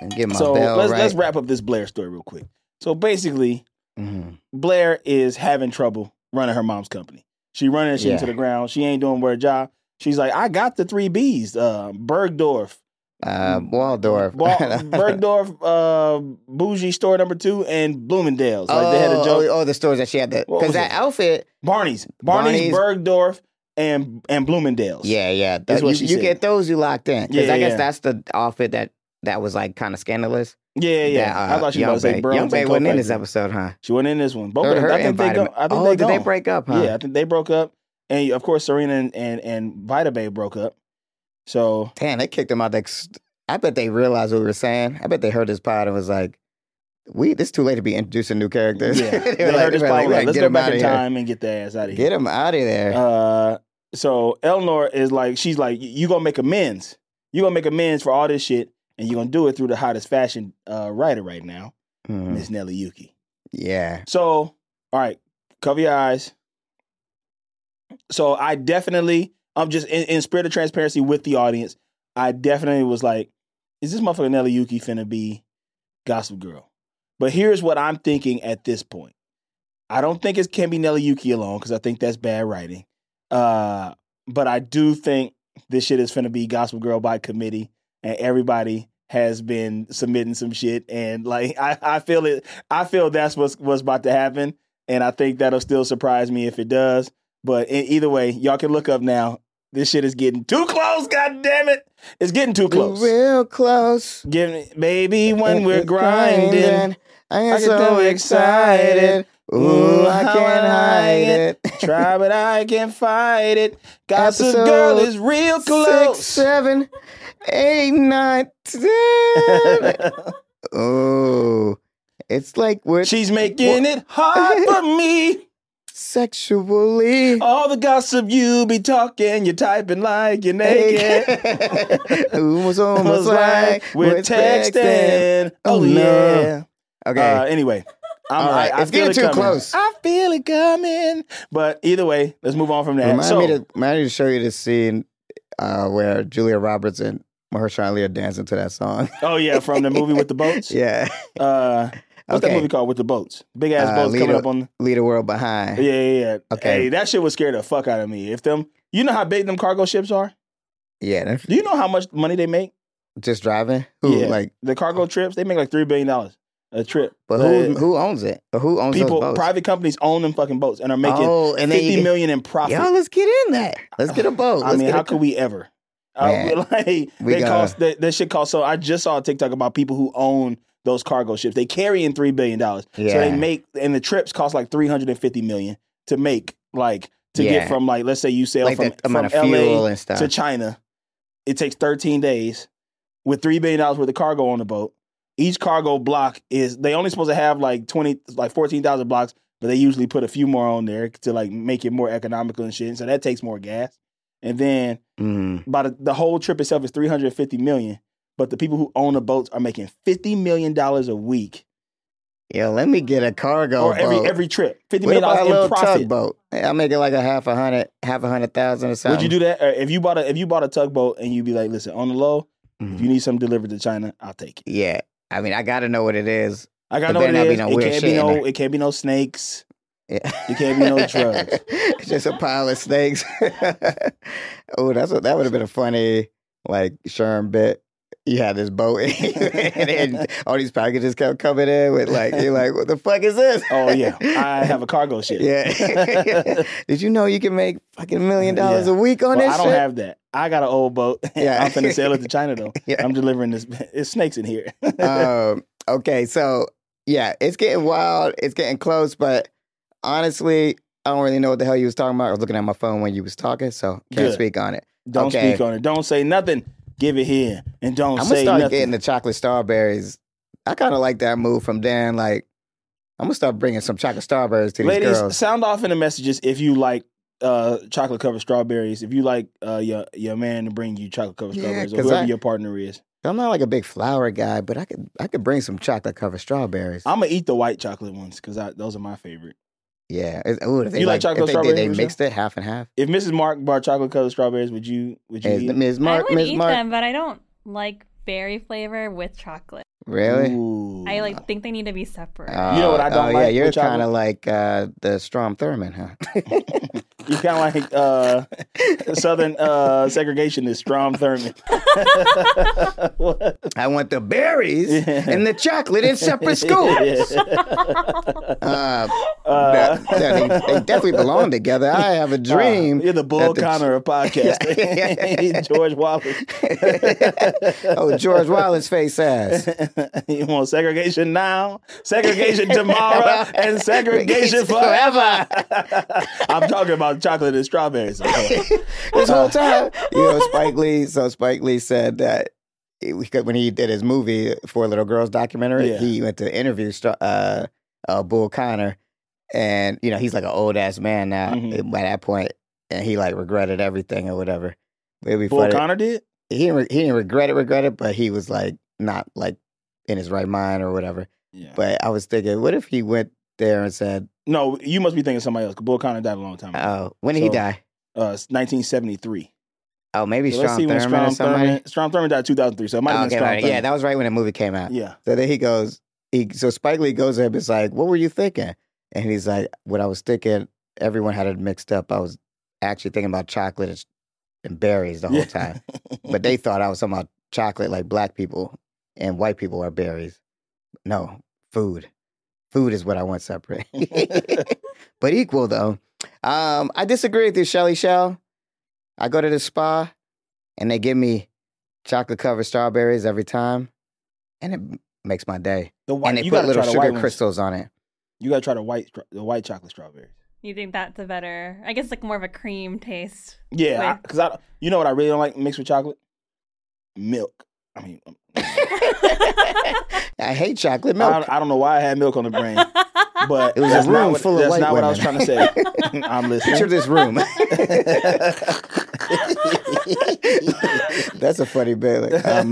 [SPEAKER 2] And Get my
[SPEAKER 3] so
[SPEAKER 2] bell
[SPEAKER 3] let's
[SPEAKER 2] right.
[SPEAKER 3] let's wrap up this Blair story real quick. So basically,
[SPEAKER 2] Mhm.
[SPEAKER 3] Blair is having trouble running her mom's company. She running shit
[SPEAKER 2] Yeah.
[SPEAKER 3] into the ground. She ain't doing her job. She's like, I got the three B's: uh, Bergdorf,
[SPEAKER 2] Uh, Waldorf.
[SPEAKER 3] Ba- Bergdorf uh, bougie store number two and Bloomingdale's. Like
[SPEAKER 2] oh,
[SPEAKER 3] they had a joke.
[SPEAKER 2] oh, oh, the stores that she had.
[SPEAKER 3] What was
[SPEAKER 2] Because that
[SPEAKER 3] it?
[SPEAKER 2] outfit.
[SPEAKER 3] Barney's, Barney's,
[SPEAKER 2] Barney's.
[SPEAKER 3] Bergdorf, and and Bloomingdale's.
[SPEAKER 2] Yeah, yeah.
[SPEAKER 3] That's
[SPEAKER 2] That,
[SPEAKER 3] what
[SPEAKER 2] you
[SPEAKER 3] she said.
[SPEAKER 2] you get those, you locked in. Because
[SPEAKER 3] Yeah,
[SPEAKER 2] I guess
[SPEAKER 3] yeah.
[SPEAKER 2] that's the outfit that that was like kind of scandalous.
[SPEAKER 3] yeah, yeah.
[SPEAKER 2] That, uh,
[SPEAKER 3] I thought she
[SPEAKER 2] Young
[SPEAKER 3] was about to say
[SPEAKER 2] Bae-
[SPEAKER 3] Burns
[SPEAKER 2] Young
[SPEAKER 3] and
[SPEAKER 2] Bay
[SPEAKER 3] Coke
[SPEAKER 2] wasn't in this
[SPEAKER 3] Factory.
[SPEAKER 2] episode, huh?
[SPEAKER 3] She wasn't in this one. Both
[SPEAKER 2] Her-
[SPEAKER 3] of them-
[SPEAKER 2] her
[SPEAKER 3] I think they go.
[SPEAKER 2] invited-
[SPEAKER 3] I think
[SPEAKER 2] oh,
[SPEAKER 3] they
[SPEAKER 2] did they
[SPEAKER 3] gone.
[SPEAKER 2] break up? Huh?
[SPEAKER 3] Yeah, I think they broke up, and of course Serena and and, and Vita Bay broke up. So
[SPEAKER 2] Damn, they kicked him out. The, ex- I bet they realized what we were saying. I bet they heard this pod and was like, "We, it's too late to be introducing new characters."
[SPEAKER 3] yeah,
[SPEAKER 2] They
[SPEAKER 3] they,
[SPEAKER 2] were like-
[SPEAKER 3] heard this
[SPEAKER 2] they were like,
[SPEAKER 3] probably. Like,
[SPEAKER 2] "We gotta
[SPEAKER 3] Let's
[SPEAKER 2] get
[SPEAKER 3] go
[SPEAKER 2] him
[SPEAKER 3] back
[SPEAKER 2] outta
[SPEAKER 3] in
[SPEAKER 2] here.
[SPEAKER 3] time and get the ass out of
[SPEAKER 2] Get
[SPEAKER 3] here.
[SPEAKER 2] him out of there.
[SPEAKER 3] Uh, so Eleanor is like, she's like, you gonna make amends. You gonna make amends for all this shit, and you gonna do it through the hottest fashion uh, writer right now,
[SPEAKER 2] Mhm.
[SPEAKER 3] Miss Nelly Yuki.
[SPEAKER 2] Yeah,
[SPEAKER 3] So, all right, cover your eyes. So I definitely, I'm just in, in spirit of transparency with the audience. I definitely was like, is this motherfucker Nelly Yuki finna be Gossip Girl? But here's what I'm thinking at this point. I don't think it can be Nelly Yuki alone because I think that's bad writing. Uh, but I do think this shit is finna be Gospel Girl by committee, and everybody has been submitting some shit. And like I, I feel it. I feel that's what's what's about to happen, and I think that'll still surprise me if it does. But in, either way, y'all can look up now. This shit is getting too close. God damn it! It's getting too close.
[SPEAKER 2] Real close.
[SPEAKER 3] Give me, baby, when
[SPEAKER 2] If
[SPEAKER 3] we're
[SPEAKER 2] you're
[SPEAKER 3] grinding.
[SPEAKER 2] I
[SPEAKER 3] I
[SPEAKER 2] am
[SPEAKER 3] get
[SPEAKER 2] so
[SPEAKER 3] so
[SPEAKER 2] excited. Ooh, I
[SPEAKER 3] How
[SPEAKER 2] can't
[SPEAKER 3] I
[SPEAKER 2] hide
[SPEAKER 3] get-
[SPEAKER 2] it.
[SPEAKER 3] Try, but I can't fight it. Gossip
[SPEAKER 2] Episode
[SPEAKER 3] Girl is real
[SPEAKER 2] Six,
[SPEAKER 3] close.
[SPEAKER 2] seven, eight, nine, ten. oh, it's like we're
[SPEAKER 3] She's making it hard for me.
[SPEAKER 2] sexually
[SPEAKER 3] All the gossip you be talking, you're typing like you're naked.
[SPEAKER 2] naked. almost,
[SPEAKER 3] Almost
[SPEAKER 2] almost like
[SPEAKER 3] we're texting. Oh,
[SPEAKER 2] Oh, no.
[SPEAKER 3] yeah.
[SPEAKER 2] Okay,
[SPEAKER 3] Uh, anyway, I'm,
[SPEAKER 2] All right.
[SPEAKER 3] I, I
[SPEAKER 2] It's
[SPEAKER 3] feel
[SPEAKER 2] getting
[SPEAKER 3] it
[SPEAKER 2] too
[SPEAKER 3] coming.
[SPEAKER 2] close.
[SPEAKER 3] I feel it coming. But either way, let's move on from that.
[SPEAKER 2] remind
[SPEAKER 3] so,
[SPEAKER 2] me to remind me to show you the scene uh, where Julia Roberts and Mahershala Ali are dancing to that song.
[SPEAKER 3] oh yeah, from the movie with the boats.
[SPEAKER 2] yeah,
[SPEAKER 3] Uh, what's that
[SPEAKER 2] Okay.
[SPEAKER 3] movie called with the boats? Big ass
[SPEAKER 2] Uh,
[SPEAKER 3] boats coming
[SPEAKER 2] Lido-
[SPEAKER 3] up on.
[SPEAKER 2] leave the world behind.
[SPEAKER 3] Yeah, yeah, yeah.
[SPEAKER 2] Okay.
[SPEAKER 3] Hey, that shit would scare the fuck out of me. If them, you know how big them cargo ships are.
[SPEAKER 2] Yeah, that's
[SPEAKER 3] Do you know how much money they make?
[SPEAKER 2] just driving. Who
[SPEAKER 3] Yeah.
[SPEAKER 2] like?
[SPEAKER 3] The cargo trips they make like three billion dollars a trip.
[SPEAKER 2] But who who owns it? Or who owns
[SPEAKER 3] people,
[SPEAKER 2] those boats?
[SPEAKER 3] private companies own them fucking boats and are making
[SPEAKER 2] oh,
[SPEAKER 3] fifty
[SPEAKER 2] and
[SPEAKER 3] million
[SPEAKER 2] then
[SPEAKER 3] in
[SPEAKER 2] you
[SPEAKER 3] profit.
[SPEAKER 2] Y'all, let's get in that. Let's get a boat.
[SPEAKER 3] I
[SPEAKER 2] Let's
[SPEAKER 3] mean,
[SPEAKER 2] get
[SPEAKER 3] how
[SPEAKER 2] a-
[SPEAKER 3] could we ever? Uh,
[SPEAKER 2] Man,
[SPEAKER 3] like they
[SPEAKER 2] we gotta-
[SPEAKER 3] cost that, that shit costs. So I just saw a TikTok about people who own those cargo ships. They carry in three billion dollars. So they
[SPEAKER 2] Yeah.
[SPEAKER 3] make and the trips cost like three hundred and fifty million to make like to get
[SPEAKER 2] Yeah.
[SPEAKER 3] from like let's say you sail
[SPEAKER 2] like
[SPEAKER 3] from,
[SPEAKER 2] that amount
[SPEAKER 3] from
[SPEAKER 2] of
[SPEAKER 3] LA
[SPEAKER 2] fuel and stuff?
[SPEAKER 3] to China. It takes 13 days with $3 billion worth of cargo on the boat. Each cargo block is, they only supposed to have like 20, like 14,000 blocks, but they usually put a few more on there to like make it more economical and shit. So that takes more gas. And then
[SPEAKER 2] Mm.
[SPEAKER 3] by the, the whole trip itself is 350 million, but the people who own the boats are making $50 million a week
[SPEAKER 2] Yo, let me get a cargo
[SPEAKER 3] or every,
[SPEAKER 2] boat.
[SPEAKER 3] every trip. $50
[SPEAKER 2] what
[SPEAKER 3] million
[SPEAKER 2] about a
[SPEAKER 3] dollars
[SPEAKER 2] little
[SPEAKER 3] in profit.
[SPEAKER 2] tugboat? Hey, I'll make it like a half a hundred, half a hundred thousand or
[SPEAKER 3] Would
[SPEAKER 2] something.
[SPEAKER 3] you do that? Or if you bought a, if you bought a tugboat and you'd be like, listen, on the low, if
[SPEAKER 2] Mhm.
[SPEAKER 3] you need something delivered to China, I'll take it.
[SPEAKER 2] Yeah, I mean, I gotta know what it is.
[SPEAKER 3] I gotta know
[SPEAKER 2] But
[SPEAKER 3] what
[SPEAKER 2] better
[SPEAKER 3] it
[SPEAKER 2] not be
[SPEAKER 3] is.
[SPEAKER 2] no
[SPEAKER 3] it
[SPEAKER 2] weird
[SPEAKER 3] can't
[SPEAKER 2] shit
[SPEAKER 3] be
[SPEAKER 2] in
[SPEAKER 3] no.
[SPEAKER 2] there.
[SPEAKER 3] It can't be no snakes.
[SPEAKER 2] Yeah.
[SPEAKER 3] It can't be no drugs.
[SPEAKER 2] It's Just a pile of snakes. oh, that's what that would have been a funny like Sherm bit. You had this boat, and, then all these packages kept coming in with like you're like, what the fuck is this?
[SPEAKER 3] Oh yeah, I have a cargo ship.
[SPEAKER 2] yeah. Did you know you can make fucking million dollars
[SPEAKER 3] Yeah.
[SPEAKER 2] a week on
[SPEAKER 3] But
[SPEAKER 2] this
[SPEAKER 3] I don't
[SPEAKER 2] shit?
[SPEAKER 3] have that. I got an old boat.
[SPEAKER 2] Yeah.
[SPEAKER 3] I'm finna sail it to China though.
[SPEAKER 2] Yeah.
[SPEAKER 3] I'm delivering this. It's snakes in here.
[SPEAKER 2] um, okay, so yeah, it's getting wild. It's getting close, but honestly, I don't really know what the hell you was talking about. I was looking at my phone when you was talking, so can't
[SPEAKER 3] Good.
[SPEAKER 2] speak on it.
[SPEAKER 3] don't
[SPEAKER 2] okay.
[SPEAKER 3] speak on it. Don't say nothing. Give it here and don't
[SPEAKER 2] I'm gonna
[SPEAKER 3] say
[SPEAKER 2] start
[SPEAKER 3] nothing.
[SPEAKER 2] getting the chocolate starberries. I kind of like that move from Dan. Like, I'm gonna start bringing some chocolate starberries to these
[SPEAKER 3] Ladies,
[SPEAKER 2] girls.
[SPEAKER 3] sound off in the messages if you like uh, chocolate covered strawberries. If you like uh, your your man to bring you chocolate covered
[SPEAKER 2] Yeah,
[SPEAKER 3] strawberries, or
[SPEAKER 2] 'cause
[SPEAKER 3] whoever
[SPEAKER 2] I-
[SPEAKER 3] your partner is.
[SPEAKER 2] I'm not like a big flower guy, but I could I could bring some chocolate covered strawberries.
[SPEAKER 3] I'm gonna eat the white chocolate ones because those are my favorite.
[SPEAKER 2] yeah. It's, ooh, if they
[SPEAKER 3] You like
[SPEAKER 2] like,
[SPEAKER 3] chocolate
[SPEAKER 2] if they,
[SPEAKER 3] strawberries,
[SPEAKER 2] They, they
[SPEAKER 3] Michelle?
[SPEAKER 2] mixed it half and half.
[SPEAKER 3] If Mrs. Mark bought chocolate covered strawberries, would you would you
[SPEAKER 2] Is-
[SPEAKER 3] eat?
[SPEAKER 2] Ms. Mark,
[SPEAKER 4] I would
[SPEAKER 2] Ms.
[SPEAKER 4] eat
[SPEAKER 2] Mark,
[SPEAKER 4] them, but I don't like berry flavor with chocolate.
[SPEAKER 2] really?
[SPEAKER 3] Ooh. Uh,
[SPEAKER 4] I like think they need to be separate.
[SPEAKER 3] You know what I
[SPEAKER 2] Oh,
[SPEAKER 3] don't
[SPEAKER 2] oh,
[SPEAKER 3] like
[SPEAKER 2] Yeah,
[SPEAKER 3] with
[SPEAKER 2] you're
[SPEAKER 3] chocolate?
[SPEAKER 2] kind of like uh, the Strom Thurmond, huh?
[SPEAKER 3] You kind of like uh, Southern uh, segregationist Strom Thurmond. What?
[SPEAKER 2] I want the berries and the chocolate in separate schools. Uh,
[SPEAKER 3] Uh,
[SPEAKER 2] no, no, they, they definitely belong together. I have a dream.
[SPEAKER 3] Uh, you're the Bull
[SPEAKER 2] that the-
[SPEAKER 3] Connor of podcasting. George Wallace.
[SPEAKER 2] oh, George Wallace face ass.
[SPEAKER 3] you want segregation now, segregation tomorrow, and segregation forever. I'm talking about chocolate and strawberries.
[SPEAKER 2] this whole time. Uh, You know, Spike Lee. So Spike Lee said that it- because when he did his movie Four Little Girls documentary,
[SPEAKER 3] Yeah.
[SPEAKER 2] he went to interview Stra- uh, uh, Bull Connor, and you know he's like an old ass man now
[SPEAKER 3] Mhm.
[SPEAKER 2] by that point, and he like regretted everything or whatever. It'd be
[SPEAKER 3] Bull
[SPEAKER 2] funny.
[SPEAKER 3] Connor did?
[SPEAKER 2] He didn't, re- he didn't regret it, regret it, but he was like not like in his right mind or whatever.
[SPEAKER 3] Yeah.
[SPEAKER 2] But I was thinking, what if he went there and said,
[SPEAKER 3] No, you must be thinking somebody else. Bull Connor died a long time ago.
[SPEAKER 2] "Oh, when did he
[SPEAKER 3] So-
[SPEAKER 2] die?
[SPEAKER 3] Uh, it's 1973.
[SPEAKER 2] Oh, maybe
[SPEAKER 3] So
[SPEAKER 2] Strom Thurmond or somebody."
[SPEAKER 3] Thurmond. Strom Thurmond died 2003, so it might
[SPEAKER 2] Oh,
[SPEAKER 3] have
[SPEAKER 2] okay,
[SPEAKER 3] been Strom
[SPEAKER 2] right. Yeah, that was right when the movie came out.
[SPEAKER 3] Thurmond. yeah.
[SPEAKER 2] So then he goes, he so Spike Lee goes up. It's like, what were you thinking? And he's like, what I was thinking, everyone had it mixed up. I was actually thinking about chocolate and- and berries the whole time. But
[SPEAKER 3] Mm-hmm.
[SPEAKER 2] they thought I was talking about chocolate like black people and white people are berries. No, food. Food is what I want separate. but equal though. Um, I disagree with you, Shelly Shell. I go to the spa and they give me chocolate covered strawberries every time. And it makes my day.
[SPEAKER 3] the white,
[SPEAKER 2] and they
[SPEAKER 3] you
[SPEAKER 2] put
[SPEAKER 3] gotta
[SPEAKER 2] little
[SPEAKER 3] try the white
[SPEAKER 2] sugar
[SPEAKER 3] ones.
[SPEAKER 2] crystals on it.
[SPEAKER 3] You gotta try the white, stra- the white chocolate strawberries.
[SPEAKER 4] You think that's a better? I guess like more of a cream taste.
[SPEAKER 3] Yeah,
[SPEAKER 4] With-
[SPEAKER 3] because I, you know what I really don't like mixed with chocolate? Milk. I mean, um,
[SPEAKER 2] I hate chocolate
[SPEAKER 3] I,
[SPEAKER 2] milk.
[SPEAKER 3] don't, I don't know why I had milk on the brain, but
[SPEAKER 2] It was
[SPEAKER 3] that's
[SPEAKER 2] a
[SPEAKER 3] not
[SPEAKER 2] room
[SPEAKER 3] what,
[SPEAKER 2] full of
[SPEAKER 3] that's
[SPEAKER 2] white
[SPEAKER 3] not what I was trying to
[SPEAKER 2] women.
[SPEAKER 3] say. I'm
[SPEAKER 2] Picture
[SPEAKER 3] listening.
[SPEAKER 2] this room. That's a funny bit. Like, I'm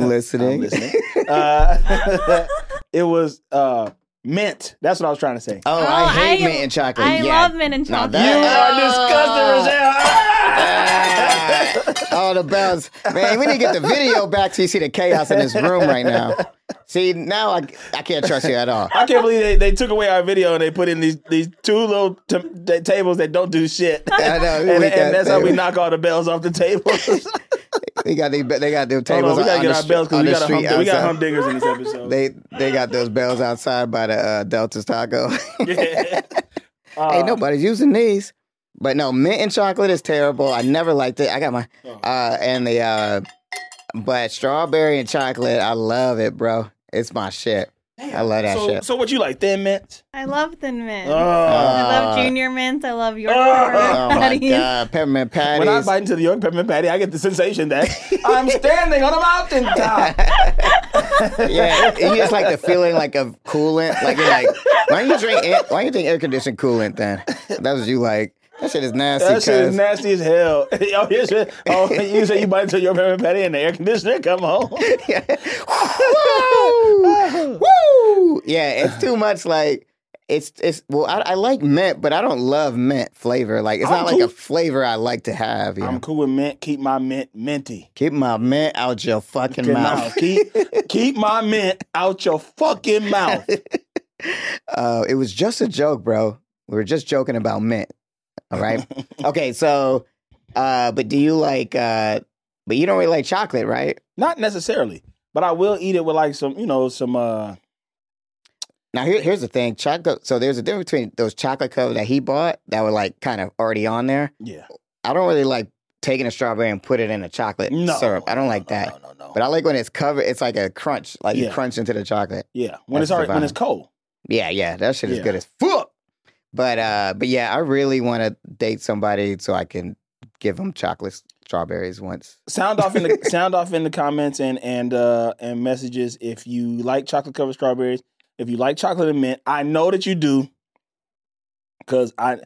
[SPEAKER 2] listening.
[SPEAKER 3] I'm listening. Uh, it was uh, mint. That's what I was trying to say.
[SPEAKER 2] Oh,
[SPEAKER 4] Oh,
[SPEAKER 2] I hate
[SPEAKER 4] I-
[SPEAKER 2] mint and chocolate.
[SPEAKER 4] I
[SPEAKER 2] yeah.
[SPEAKER 4] love mint and
[SPEAKER 2] Now
[SPEAKER 4] chocolate.
[SPEAKER 3] disgusting,
[SPEAKER 2] that-
[SPEAKER 3] Roselle.
[SPEAKER 2] All the bells. Man, we need to get the video back so you see the chaos in this room right now. See, now I, I can't trust you at all.
[SPEAKER 3] I can't believe they, they took away our video and they put in these these two little t- t- tables that don't do shit.
[SPEAKER 2] I know,
[SPEAKER 3] and,
[SPEAKER 2] we
[SPEAKER 3] and
[SPEAKER 2] got-
[SPEAKER 3] that's how we knock all the bells off the table.
[SPEAKER 2] They got these. They got their
[SPEAKER 3] Hold
[SPEAKER 2] tables.
[SPEAKER 3] on, we
[SPEAKER 2] on
[SPEAKER 3] gotta
[SPEAKER 2] the
[SPEAKER 3] get our
[SPEAKER 2] str-
[SPEAKER 3] bells because
[SPEAKER 2] on
[SPEAKER 3] we
[SPEAKER 2] the
[SPEAKER 3] got
[SPEAKER 2] street
[SPEAKER 3] hum- we got
[SPEAKER 2] outside.
[SPEAKER 3] humdingers in this episode.
[SPEAKER 2] They they got those bells outside by the uh, Delta's Taco.
[SPEAKER 3] yeah. Uh,
[SPEAKER 2] hey, nobody's using these. But no, mint and chocolate is terrible. I never liked it. I got my
[SPEAKER 3] Oh.
[SPEAKER 2] uh and the uh but strawberry and chocolate, I love it, bro. It's my shit. I love that
[SPEAKER 3] so,
[SPEAKER 2] shit.
[SPEAKER 3] so what you like? Thin mint.
[SPEAKER 4] I love thin mint.
[SPEAKER 3] Oh.
[SPEAKER 4] I love
[SPEAKER 2] Uh,
[SPEAKER 4] junior mints. I love York
[SPEAKER 3] Oh.
[SPEAKER 2] Oh my
[SPEAKER 4] peppermint patties.
[SPEAKER 2] god, peppermint patties.
[SPEAKER 3] when I bite into the York peppermint patty, I get the sensation that I'm standing on a mountain top.
[SPEAKER 2] yeah, you just like the feeling like of coolant. Like you're like, why don't you drink? Air, why don't you drink air conditioned coolant then? That was you like. That shit is nasty.
[SPEAKER 3] That shit is
[SPEAKER 2] cuz.
[SPEAKER 3] nasty as hell. oh, your shit- oh, you say you bite into your peppermint patty and the air conditioner come on.
[SPEAKER 2] Woo! Woo! Yeah, it's too much. Like it's it's well, I, I like mint, but I don't love mint flavor. Like it's
[SPEAKER 3] I'm
[SPEAKER 2] not like
[SPEAKER 3] cool.
[SPEAKER 2] a flavor I like to have. You know?
[SPEAKER 3] I'm cool with mint. Keep my mint minty.
[SPEAKER 2] Keep my mint out your fucking
[SPEAKER 3] Your
[SPEAKER 2] mouth.
[SPEAKER 3] Keep, keep my mint out your fucking mouth.
[SPEAKER 2] Uh, it was just a joke, bro. We were just joking about mint. All right. okay. So, uh, but do you like? uh But you don't really like chocolate, right?
[SPEAKER 3] Not necessarily, but I will eat it with like some, you know, some. uh
[SPEAKER 2] Now here, here's the thing, chocolate. So there's a difference between those chocolate covered that he bought that were like kind of already on there,
[SPEAKER 3] Yeah.
[SPEAKER 2] I don't really like taking a strawberry and put it in a chocolate
[SPEAKER 3] No.
[SPEAKER 2] syrup. I don't like
[SPEAKER 3] No,
[SPEAKER 2] that.
[SPEAKER 3] No, no, no.
[SPEAKER 2] But I like when it's covered. It's like a crunch. Like
[SPEAKER 3] Yeah.
[SPEAKER 2] you crunch into the chocolate.
[SPEAKER 3] yeah, when it's
[SPEAKER 2] That's the
[SPEAKER 3] already when
[SPEAKER 2] vibe.
[SPEAKER 3] it's cold.
[SPEAKER 2] Yeah, yeah. That shit is
[SPEAKER 3] Yeah.
[SPEAKER 2] good as fuck. But uh, but yeah, I really want to date somebody so I can give them chocolate strawberries once.
[SPEAKER 3] Sound off in the sound off in the comments and and uh and messages if you like chocolate covered strawberries. If you like chocolate and mint, I know that you do. Cause I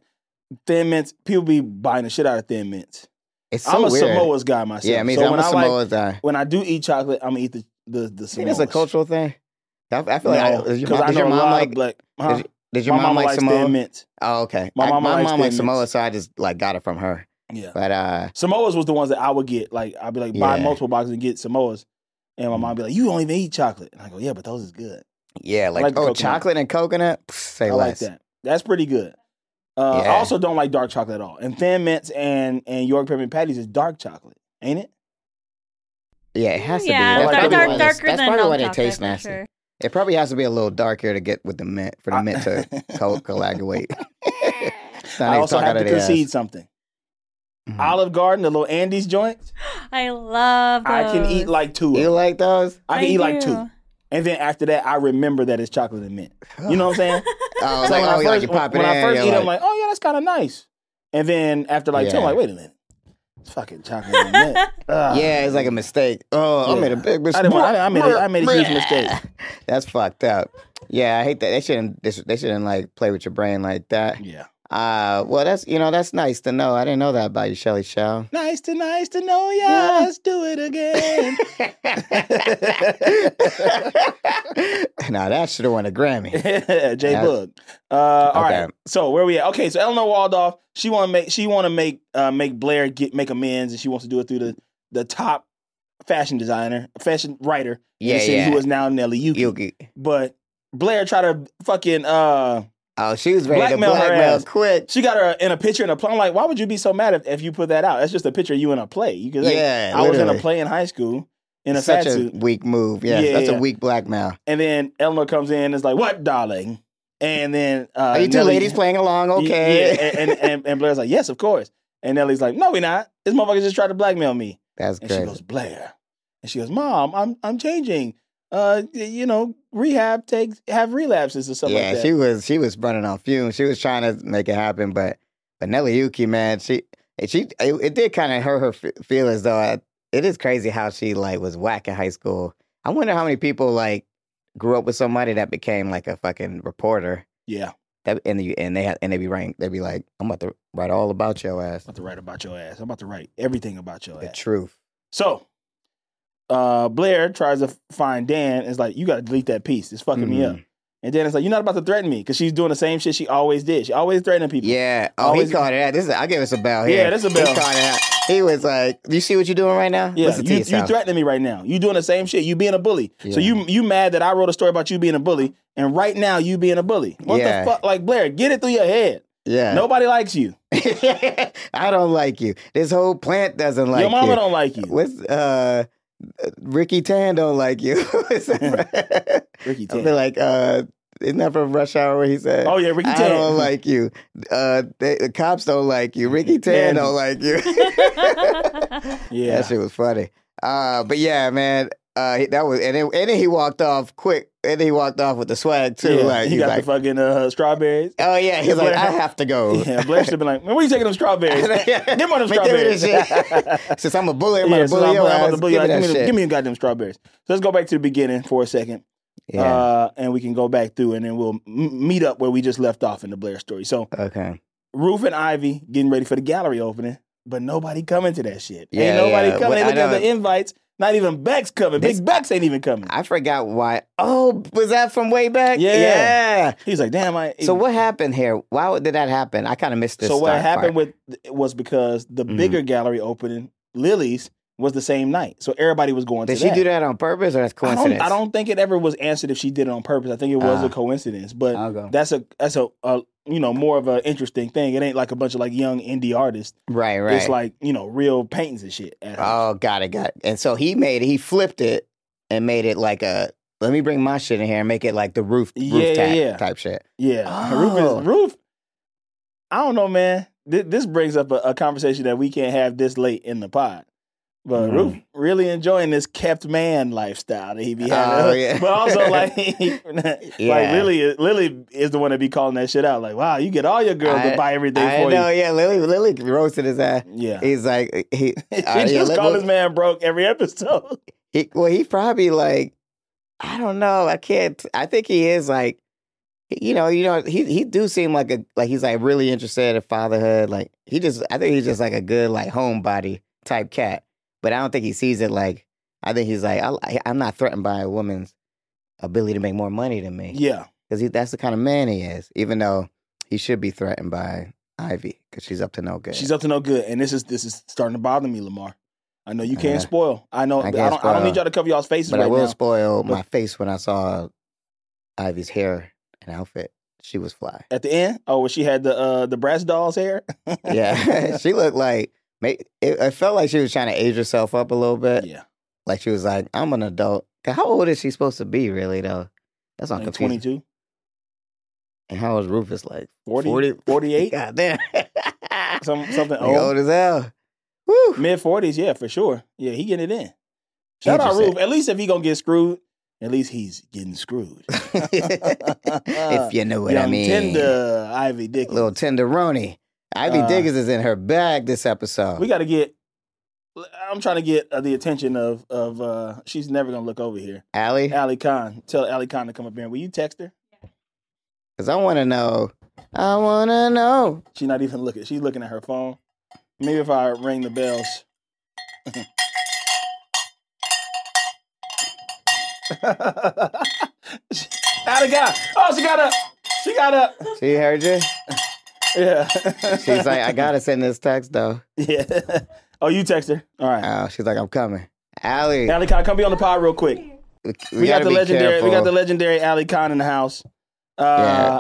[SPEAKER 3] thin mints, people be buying the shit out of thin mints.
[SPEAKER 2] It's so
[SPEAKER 3] I'm a
[SPEAKER 2] weird.
[SPEAKER 3] Samoa's guy myself.
[SPEAKER 2] yeah, me.
[SPEAKER 3] so
[SPEAKER 2] too. I'm
[SPEAKER 3] when
[SPEAKER 2] a
[SPEAKER 3] I
[SPEAKER 2] Samoa
[SPEAKER 3] like
[SPEAKER 2] guy.
[SPEAKER 3] when I do eat chocolate, I'm gonna eat the the the
[SPEAKER 2] I think that's a
[SPEAKER 3] Samoas.
[SPEAKER 2] cultural thing. I, I feel like
[SPEAKER 3] No,
[SPEAKER 2] I, is your,
[SPEAKER 3] 'cause
[SPEAKER 2] mom-
[SPEAKER 3] I
[SPEAKER 2] did
[SPEAKER 3] know
[SPEAKER 2] your
[SPEAKER 3] a
[SPEAKER 2] mom
[SPEAKER 3] lot
[SPEAKER 2] like?
[SPEAKER 3] of black. huh?
[SPEAKER 2] did, did your
[SPEAKER 3] my
[SPEAKER 2] mom
[SPEAKER 3] mama
[SPEAKER 2] like
[SPEAKER 3] likes thin
[SPEAKER 2] Samoa?
[SPEAKER 3] mints.
[SPEAKER 2] Oh, okay.
[SPEAKER 3] My
[SPEAKER 2] I-
[SPEAKER 3] mama
[SPEAKER 2] my
[SPEAKER 3] likes
[SPEAKER 2] mom likes
[SPEAKER 3] thin
[SPEAKER 2] Samoa,
[SPEAKER 3] mints.
[SPEAKER 2] so I just like got it from her.
[SPEAKER 3] Yeah.
[SPEAKER 2] But uh,
[SPEAKER 3] Samoas was the ones that I would get. Like I'd be like, buy
[SPEAKER 2] Yeah. Mm.
[SPEAKER 3] multiple boxes and get Samoas. And my mom be like, You don't even eat chocolate. And I go, Yeah, but those is good.
[SPEAKER 2] Yeah, like,
[SPEAKER 3] like the
[SPEAKER 2] oh,
[SPEAKER 3] coconut.
[SPEAKER 2] chocolate and coconut. Pff, say
[SPEAKER 3] I
[SPEAKER 2] less.
[SPEAKER 3] like that. That's pretty good. Uh,
[SPEAKER 2] Yeah.
[SPEAKER 3] I also don't like dark chocolate at all. And thin mints and and York peppermint patties is dark chocolate, ain't it?
[SPEAKER 2] Yeah, it has to
[SPEAKER 4] yeah,
[SPEAKER 2] be.
[SPEAKER 3] That's
[SPEAKER 4] they're
[SPEAKER 2] probably
[SPEAKER 4] dark,
[SPEAKER 2] why
[SPEAKER 3] it's-
[SPEAKER 4] darker
[SPEAKER 2] that's- that's
[SPEAKER 4] than
[SPEAKER 2] probably
[SPEAKER 4] milk
[SPEAKER 2] why they
[SPEAKER 4] chocolate,
[SPEAKER 2] taste
[SPEAKER 4] for
[SPEAKER 2] nasty.
[SPEAKER 4] sure.
[SPEAKER 2] It probably has to be a little darker to get with the mint for the
[SPEAKER 3] I-
[SPEAKER 2] mint to co- coagulate.
[SPEAKER 3] I also have to concede something.
[SPEAKER 2] Mhm.
[SPEAKER 3] Olive Garden, the little Andes joints,
[SPEAKER 4] I love. Those.
[SPEAKER 3] I can eat like two. of
[SPEAKER 2] You
[SPEAKER 3] them.
[SPEAKER 2] like those?
[SPEAKER 3] I can eat like
[SPEAKER 4] do.
[SPEAKER 3] two. And then after that, I remember that it's chocolate and mint. You know what I'm saying?
[SPEAKER 2] Oh,
[SPEAKER 3] So
[SPEAKER 2] like,
[SPEAKER 3] when
[SPEAKER 2] oh,
[SPEAKER 3] I
[SPEAKER 2] you like
[SPEAKER 3] first,
[SPEAKER 2] you pop it
[SPEAKER 3] when I
[SPEAKER 2] in,
[SPEAKER 3] first
[SPEAKER 2] you're
[SPEAKER 3] eat, it, I'm
[SPEAKER 2] like-
[SPEAKER 3] like, oh yeah, that's kind of nice. And then after like two, I'm
[SPEAKER 2] Yeah.
[SPEAKER 3] like, wait a minute, it's fucking chocolate and mint. Ugh.
[SPEAKER 2] yeah, it's like a mistake. Oh,
[SPEAKER 3] Yeah.
[SPEAKER 2] I made a big
[SPEAKER 3] I,
[SPEAKER 2] mistake.
[SPEAKER 3] didn't want, I, I made a, I made a huge mistake.
[SPEAKER 2] That's fucked up. Yeah, I hate that. They shouldn't. They should- they shouldn't like play with your brain like that.
[SPEAKER 3] Yeah,
[SPEAKER 2] Uh, well, that's you know that's nice to know. I didn't know that about you, Shelly Shell.
[SPEAKER 3] nice to nice to know ya.
[SPEAKER 2] Yeah.
[SPEAKER 3] Let's do it again.
[SPEAKER 2] now that should have won a Grammy.
[SPEAKER 3] Jay
[SPEAKER 2] Yeah.
[SPEAKER 3] Bug. Uh, all
[SPEAKER 2] Okay.
[SPEAKER 3] right. So where we at? Okay. So Eleanor Waldorf, she want to make she want to make uh, make Blair get make amends, and she wants to do it through the the top fashion designer, fashion writer, in the
[SPEAKER 2] Yeah,
[SPEAKER 3] city,
[SPEAKER 2] yeah.
[SPEAKER 3] who is now Nelly Yuki.
[SPEAKER 2] Yuki.
[SPEAKER 3] But Blair try to fucking uh
[SPEAKER 2] Oh, she was ready
[SPEAKER 3] Blackmail
[SPEAKER 2] to
[SPEAKER 3] her
[SPEAKER 2] blackmail
[SPEAKER 3] ass.
[SPEAKER 2] quick.
[SPEAKER 3] She got her in a picture in a play. I'm like, why would you be so mad if, if you put that out? That's just a picture of you in a play. You could, like,
[SPEAKER 2] Yeah,
[SPEAKER 3] I was in a
[SPEAKER 2] literally.
[SPEAKER 3] play in high school in a
[SPEAKER 2] Such
[SPEAKER 3] fat
[SPEAKER 2] a
[SPEAKER 3] suit,
[SPEAKER 2] weak move. Yeah,
[SPEAKER 3] Yeah,
[SPEAKER 2] that's
[SPEAKER 3] yeah. Uh,
[SPEAKER 2] a weak blackmail.
[SPEAKER 3] and then Eleanor comes in and is like, "What, darling?" And then uh,
[SPEAKER 2] Are you two
[SPEAKER 3] Nelly-
[SPEAKER 2] ladies playing along?
[SPEAKER 3] Y-
[SPEAKER 2] Okay.
[SPEAKER 3] yeah, and, and, and, and Blair's like, "Yes, of course." And Nelly's like, "No, we not. This motherfucker just tried to blackmail me."
[SPEAKER 2] That's
[SPEAKER 3] And she
[SPEAKER 2] crazy.
[SPEAKER 3] goes, Blair. And she goes, Mom, I'm I'm changing. Uh, y- you know, rehab takes have relapses or something
[SPEAKER 2] yeah,
[SPEAKER 3] like that.
[SPEAKER 2] she was she was running on fumes. She was trying to make it happen, but but Nelly Yuki, man, she she it, it did kind of hurt her fe- feelings though. I, it is crazy how she like was whack in high school. I wonder how many people like grew up with somebody that became like a fucking reporter.
[SPEAKER 3] yeah,
[SPEAKER 2] That and they and they had- and they be writing they be like, I'm about to write all about your ass,
[SPEAKER 3] I'm about to write about your ass. I'm about to write everything about your
[SPEAKER 2] the
[SPEAKER 3] ass.
[SPEAKER 2] truth.
[SPEAKER 3] So uh Blair tries to f- find Dan and is like, You gotta delete that piece. It's fucking me up.
[SPEAKER 2] Mhm.
[SPEAKER 3] And Dan is like, You're not about to threaten me, because she's doing the same shit she always did. She always threatening people.
[SPEAKER 2] Yeah. Oh,
[SPEAKER 3] Always-
[SPEAKER 2] he called it out. This is I give us a bell here.
[SPEAKER 3] Yeah, this is a bell.
[SPEAKER 2] He called it out. He was like, "Do you see what you're doing right now?
[SPEAKER 3] Yeah,
[SPEAKER 2] Listen to
[SPEAKER 3] you, you
[SPEAKER 2] yourself."
[SPEAKER 3] threatening me right now. You doing the same shit. You being a bully.
[SPEAKER 2] Yeah.
[SPEAKER 3] So you you mad that I wrote a story about you being a bully, and right now you being a bully. What
[SPEAKER 2] Yeah.
[SPEAKER 3] the fuck? Like Blair, get it through your head.
[SPEAKER 2] yeah.
[SPEAKER 3] Nobody likes you.
[SPEAKER 2] I don't like you. This whole plant doesn't like
[SPEAKER 3] Your mama
[SPEAKER 2] you.
[SPEAKER 3] don't like you.
[SPEAKER 2] What's uh Ricky Tan don't like you. Is that right?
[SPEAKER 3] Ricky
[SPEAKER 2] I
[SPEAKER 3] Tan.
[SPEAKER 2] feel like uh isn't that from Rush Hour where he said
[SPEAKER 3] oh yeah, Ricky
[SPEAKER 2] I
[SPEAKER 3] Tan.
[SPEAKER 2] don't like you. Uh they, the cops don't like you. Ricky
[SPEAKER 3] Man.
[SPEAKER 2] Tan don't like you.
[SPEAKER 3] yeah.
[SPEAKER 2] That shit was funny. Uh but yeah, man. Uh, he- that was and then, and then he walked off quick and then he walked off with the swag too.
[SPEAKER 3] Yeah,
[SPEAKER 2] Like
[SPEAKER 3] he
[SPEAKER 2] he's
[SPEAKER 3] got
[SPEAKER 2] like,
[SPEAKER 3] the fucking uh, strawberries.
[SPEAKER 2] oh yeah, he's like, I have to go.
[SPEAKER 3] Yeah, Blair should have been like, man, where you taking them strawberries?
[SPEAKER 2] Oh. Yeah.
[SPEAKER 3] Give me them
[SPEAKER 2] Man, give me
[SPEAKER 3] strawberries.
[SPEAKER 2] this shit. Since I'm a bully, I'm
[SPEAKER 3] Yeah,
[SPEAKER 2] about to
[SPEAKER 3] so
[SPEAKER 2] bully
[SPEAKER 3] I'm-
[SPEAKER 2] your
[SPEAKER 3] I'm about to
[SPEAKER 2] ass.
[SPEAKER 3] bully
[SPEAKER 2] Give
[SPEAKER 3] you.
[SPEAKER 2] me that
[SPEAKER 3] Give me the-
[SPEAKER 2] shit.
[SPEAKER 3] Give me the goddamn strawberries. So let's go back to the beginning for a second.
[SPEAKER 2] yeah.
[SPEAKER 3] Uh, and we can go back through and then we'll m- meet up where we just left off in the Blair story. So
[SPEAKER 2] okay.
[SPEAKER 3] Roof and Ivy getting ready for the gallery opening, but nobody coming to that shit.
[SPEAKER 2] Yeah,
[SPEAKER 3] ain't nobody
[SPEAKER 2] yeah.
[SPEAKER 3] coming. They
[SPEAKER 2] Well, I
[SPEAKER 3] look at
[SPEAKER 2] know.
[SPEAKER 3] the invites. Not even Beck's coming.
[SPEAKER 2] This-
[SPEAKER 3] Big Beck's ain't even coming.
[SPEAKER 2] I forgot why. Oh, was that from way back?
[SPEAKER 3] Yeah.
[SPEAKER 2] Yeah.
[SPEAKER 3] He's like, damn, I.
[SPEAKER 2] So what happened here? Why did that happen? I kind of missed this. Mm-hmm.
[SPEAKER 3] So what
[SPEAKER 2] start
[SPEAKER 3] happened
[SPEAKER 2] part.
[SPEAKER 3] with was because the bigger gallery opening, Lily's, was the same night. So everybody was going
[SPEAKER 2] Did
[SPEAKER 3] to
[SPEAKER 2] she
[SPEAKER 3] that.
[SPEAKER 2] do that on purpose or that's
[SPEAKER 3] I don't,
[SPEAKER 2] coincidence?
[SPEAKER 3] I don't think it ever was answered if she did it on purpose. I think it was
[SPEAKER 2] Ah. Oh.
[SPEAKER 3] a coincidence, but
[SPEAKER 2] I'll go.
[SPEAKER 3] that's a that's a, a you know more of an interesting thing. It ain't like a bunch of like young indie artists.
[SPEAKER 2] Right. Right.
[SPEAKER 3] It's like you know real paintings and shit. at home.
[SPEAKER 2] oh, got it, got it. And so he made he flipped it and made it like a. Let me bring my shit in here and make it like the roof, roof
[SPEAKER 3] Yeah, yeah,
[SPEAKER 2] tap
[SPEAKER 3] yeah.
[SPEAKER 2] type shit.
[SPEAKER 3] Yeah,
[SPEAKER 2] Oh.
[SPEAKER 3] roof is roof. I don't know, man. Th- this brings up a, a conversation that we can't have this late in the pod. But
[SPEAKER 2] Mhm.
[SPEAKER 3] Roof really enjoying this kept man lifestyle that he be having.
[SPEAKER 2] Oh, yeah.
[SPEAKER 3] But also like, like
[SPEAKER 2] Yeah.
[SPEAKER 3] Lily, is- Lily is the one that be calling that shit out. Like, wow, you get all your girls
[SPEAKER 2] I-
[SPEAKER 3] to buy everything
[SPEAKER 2] I
[SPEAKER 3] for
[SPEAKER 2] know.
[SPEAKER 3] you.
[SPEAKER 2] Yeah, Lily, Lily roasted his ass.
[SPEAKER 3] Yeah,
[SPEAKER 2] He's like he.
[SPEAKER 3] she
[SPEAKER 2] uh, yeah,
[SPEAKER 3] just
[SPEAKER 2] let-
[SPEAKER 3] call
[SPEAKER 2] let-
[SPEAKER 3] this man broke every episode.
[SPEAKER 2] He, well, he probably like, I don't know. I can't. I think he is like, you know, you know, he he do seem like a like he's like really interested in fatherhood. Like he just, I think he's just like a good like homebody type cat. But I don't think he sees it like. I think he's like, I, I- I'm not threatened by a woman's ability to make more money than me
[SPEAKER 3] yeah,
[SPEAKER 2] because that's the kind of man he is. Even though he should be threatened by Ivy because she's up to no good.
[SPEAKER 3] She's up to no good, and this is this is starting to bother me, Lamar. I know you can't
[SPEAKER 2] Uh,
[SPEAKER 3] spoil. I know.
[SPEAKER 2] I
[SPEAKER 3] I,
[SPEAKER 2] can't
[SPEAKER 3] don't. I don't
[SPEAKER 2] spoil.
[SPEAKER 3] need y'all to cover y'all's faces
[SPEAKER 2] But
[SPEAKER 3] right
[SPEAKER 2] I will
[SPEAKER 3] now.
[SPEAKER 2] spoil
[SPEAKER 3] But-
[SPEAKER 2] my face when I saw Ivy's hair and outfit. She was fly.
[SPEAKER 3] At the end, oh, where she had the uh, the brass doll's hair.
[SPEAKER 2] Yeah, she looked like. ma- It, it felt like she was trying to age herself up a little bit.
[SPEAKER 3] yeah,
[SPEAKER 2] Like she was like, "I'm an adult." 'Cause How old is she supposed to be, really? Though that's not
[SPEAKER 3] like
[SPEAKER 2] confusing.
[SPEAKER 3] 22,
[SPEAKER 2] And how old is Rufus? Like
[SPEAKER 3] 40,
[SPEAKER 2] 40?
[SPEAKER 3] 48,
[SPEAKER 2] God damn,
[SPEAKER 3] some, something
[SPEAKER 2] Like,
[SPEAKER 3] old.
[SPEAKER 2] old as hell. Woo.
[SPEAKER 3] Mid 40s, yeah, for sure. Yeah, he getting it in. Shout out
[SPEAKER 2] Interesting.
[SPEAKER 3] Roof. At least if he gonna get screwed, at least he's getting screwed.
[SPEAKER 2] if you know what
[SPEAKER 3] Young
[SPEAKER 2] I mean.
[SPEAKER 3] tender Ivy Dickens.
[SPEAKER 2] Little tenderoni. Ivy
[SPEAKER 3] Uh,
[SPEAKER 2] Diggins is in her bag this episode.
[SPEAKER 3] we got to get. I'm trying to get uh, the attention of of. uh She's never gonna look over here.
[SPEAKER 2] Allie?
[SPEAKER 3] Ali Khan, tell Ali Khan to come up here. Will you text her?
[SPEAKER 2] Because I want to know. I want to know.
[SPEAKER 3] She's not even looking. She's looking at her phone. Maybe if I ring the bells. Out of God. Oh, she got up. She got up.
[SPEAKER 2] She heard you?
[SPEAKER 3] Yeah.
[SPEAKER 2] She's like, I got to send this text, though.
[SPEAKER 3] yeah. Oh, you text her. All right.
[SPEAKER 2] Oh, she's like, I'm coming. Allie,
[SPEAKER 3] Allie Khan, come be on the pod real quick.
[SPEAKER 2] we,
[SPEAKER 3] We, got
[SPEAKER 2] gotta
[SPEAKER 3] the
[SPEAKER 2] be
[SPEAKER 3] legendary. We got the
[SPEAKER 2] careful.
[SPEAKER 3] legendary Allie Khan in the house. Uh,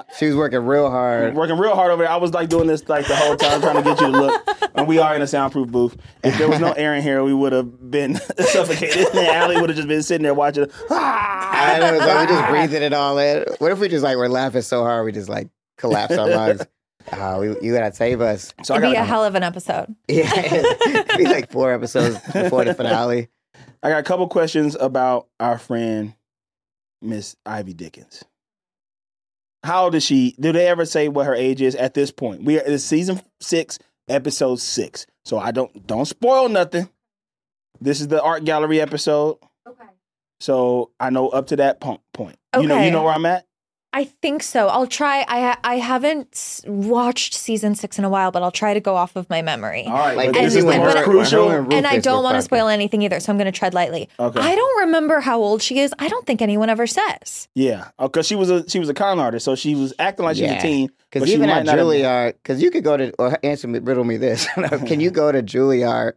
[SPEAKER 2] yeah, she was working real hard.
[SPEAKER 3] Working real hard over there. I was like doing this like the whole time trying to get you to look. And we are in a soundproof booth. If there was no air in here, we would have been suffocated. And Allie would have just been sitting there watching. Ah!
[SPEAKER 2] I know, it's like we just breathing it all in. What if we just like we're laughing so hard we just like collapse our lungs? Ah, we, you gotta save us.
[SPEAKER 3] So I
[SPEAKER 7] It'd be a
[SPEAKER 3] got,
[SPEAKER 7] hell of an episode.
[SPEAKER 2] Yeah, it'd be like four episodes before the finale.
[SPEAKER 3] I got a couple questions about our friend Miss Ivy Dickens. How old is she? Do they ever say what her age is at this point? We are it's season six, episode six. So I don't don't spoil nothing. This is the art gallery episode.
[SPEAKER 7] Okay.
[SPEAKER 3] So I know up to that po- point. You know, you
[SPEAKER 7] Okay.
[SPEAKER 3] know where I'm at.
[SPEAKER 7] I think so. I'll try. I ha- I haven't s- watched season six in a while, but I'll try to go off of my memory.
[SPEAKER 3] All right,
[SPEAKER 2] Like
[SPEAKER 3] but this
[SPEAKER 7] and-
[SPEAKER 3] is the
[SPEAKER 7] and-
[SPEAKER 3] most
[SPEAKER 7] but-
[SPEAKER 3] crucial.
[SPEAKER 2] Her
[SPEAKER 7] and I
[SPEAKER 2] Rufus
[SPEAKER 7] don't
[SPEAKER 2] were
[SPEAKER 7] want to
[SPEAKER 2] fucking.
[SPEAKER 7] spoil anything either, so I'm going to tread lightly.
[SPEAKER 3] Okay.
[SPEAKER 7] I don't remember how old she is. I don't think anyone ever says.
[SPEAKER 3] yeah, because she was a she was a con artist, so she was acting like she's
[SPEAKER 2] Yeah.
[SPEAKER 3] a teen. but
[SPEAKER 2] Because
[SPEAKER 3] she
[SPEAKER 2] even
[SPEAKER 3] might
[SPEAKER 2] at
[SPEAKER 3] not have been.
[SPEAKER 2] Juilliard, because you could go to or answer me, riddle me this. Can you go to Juilliard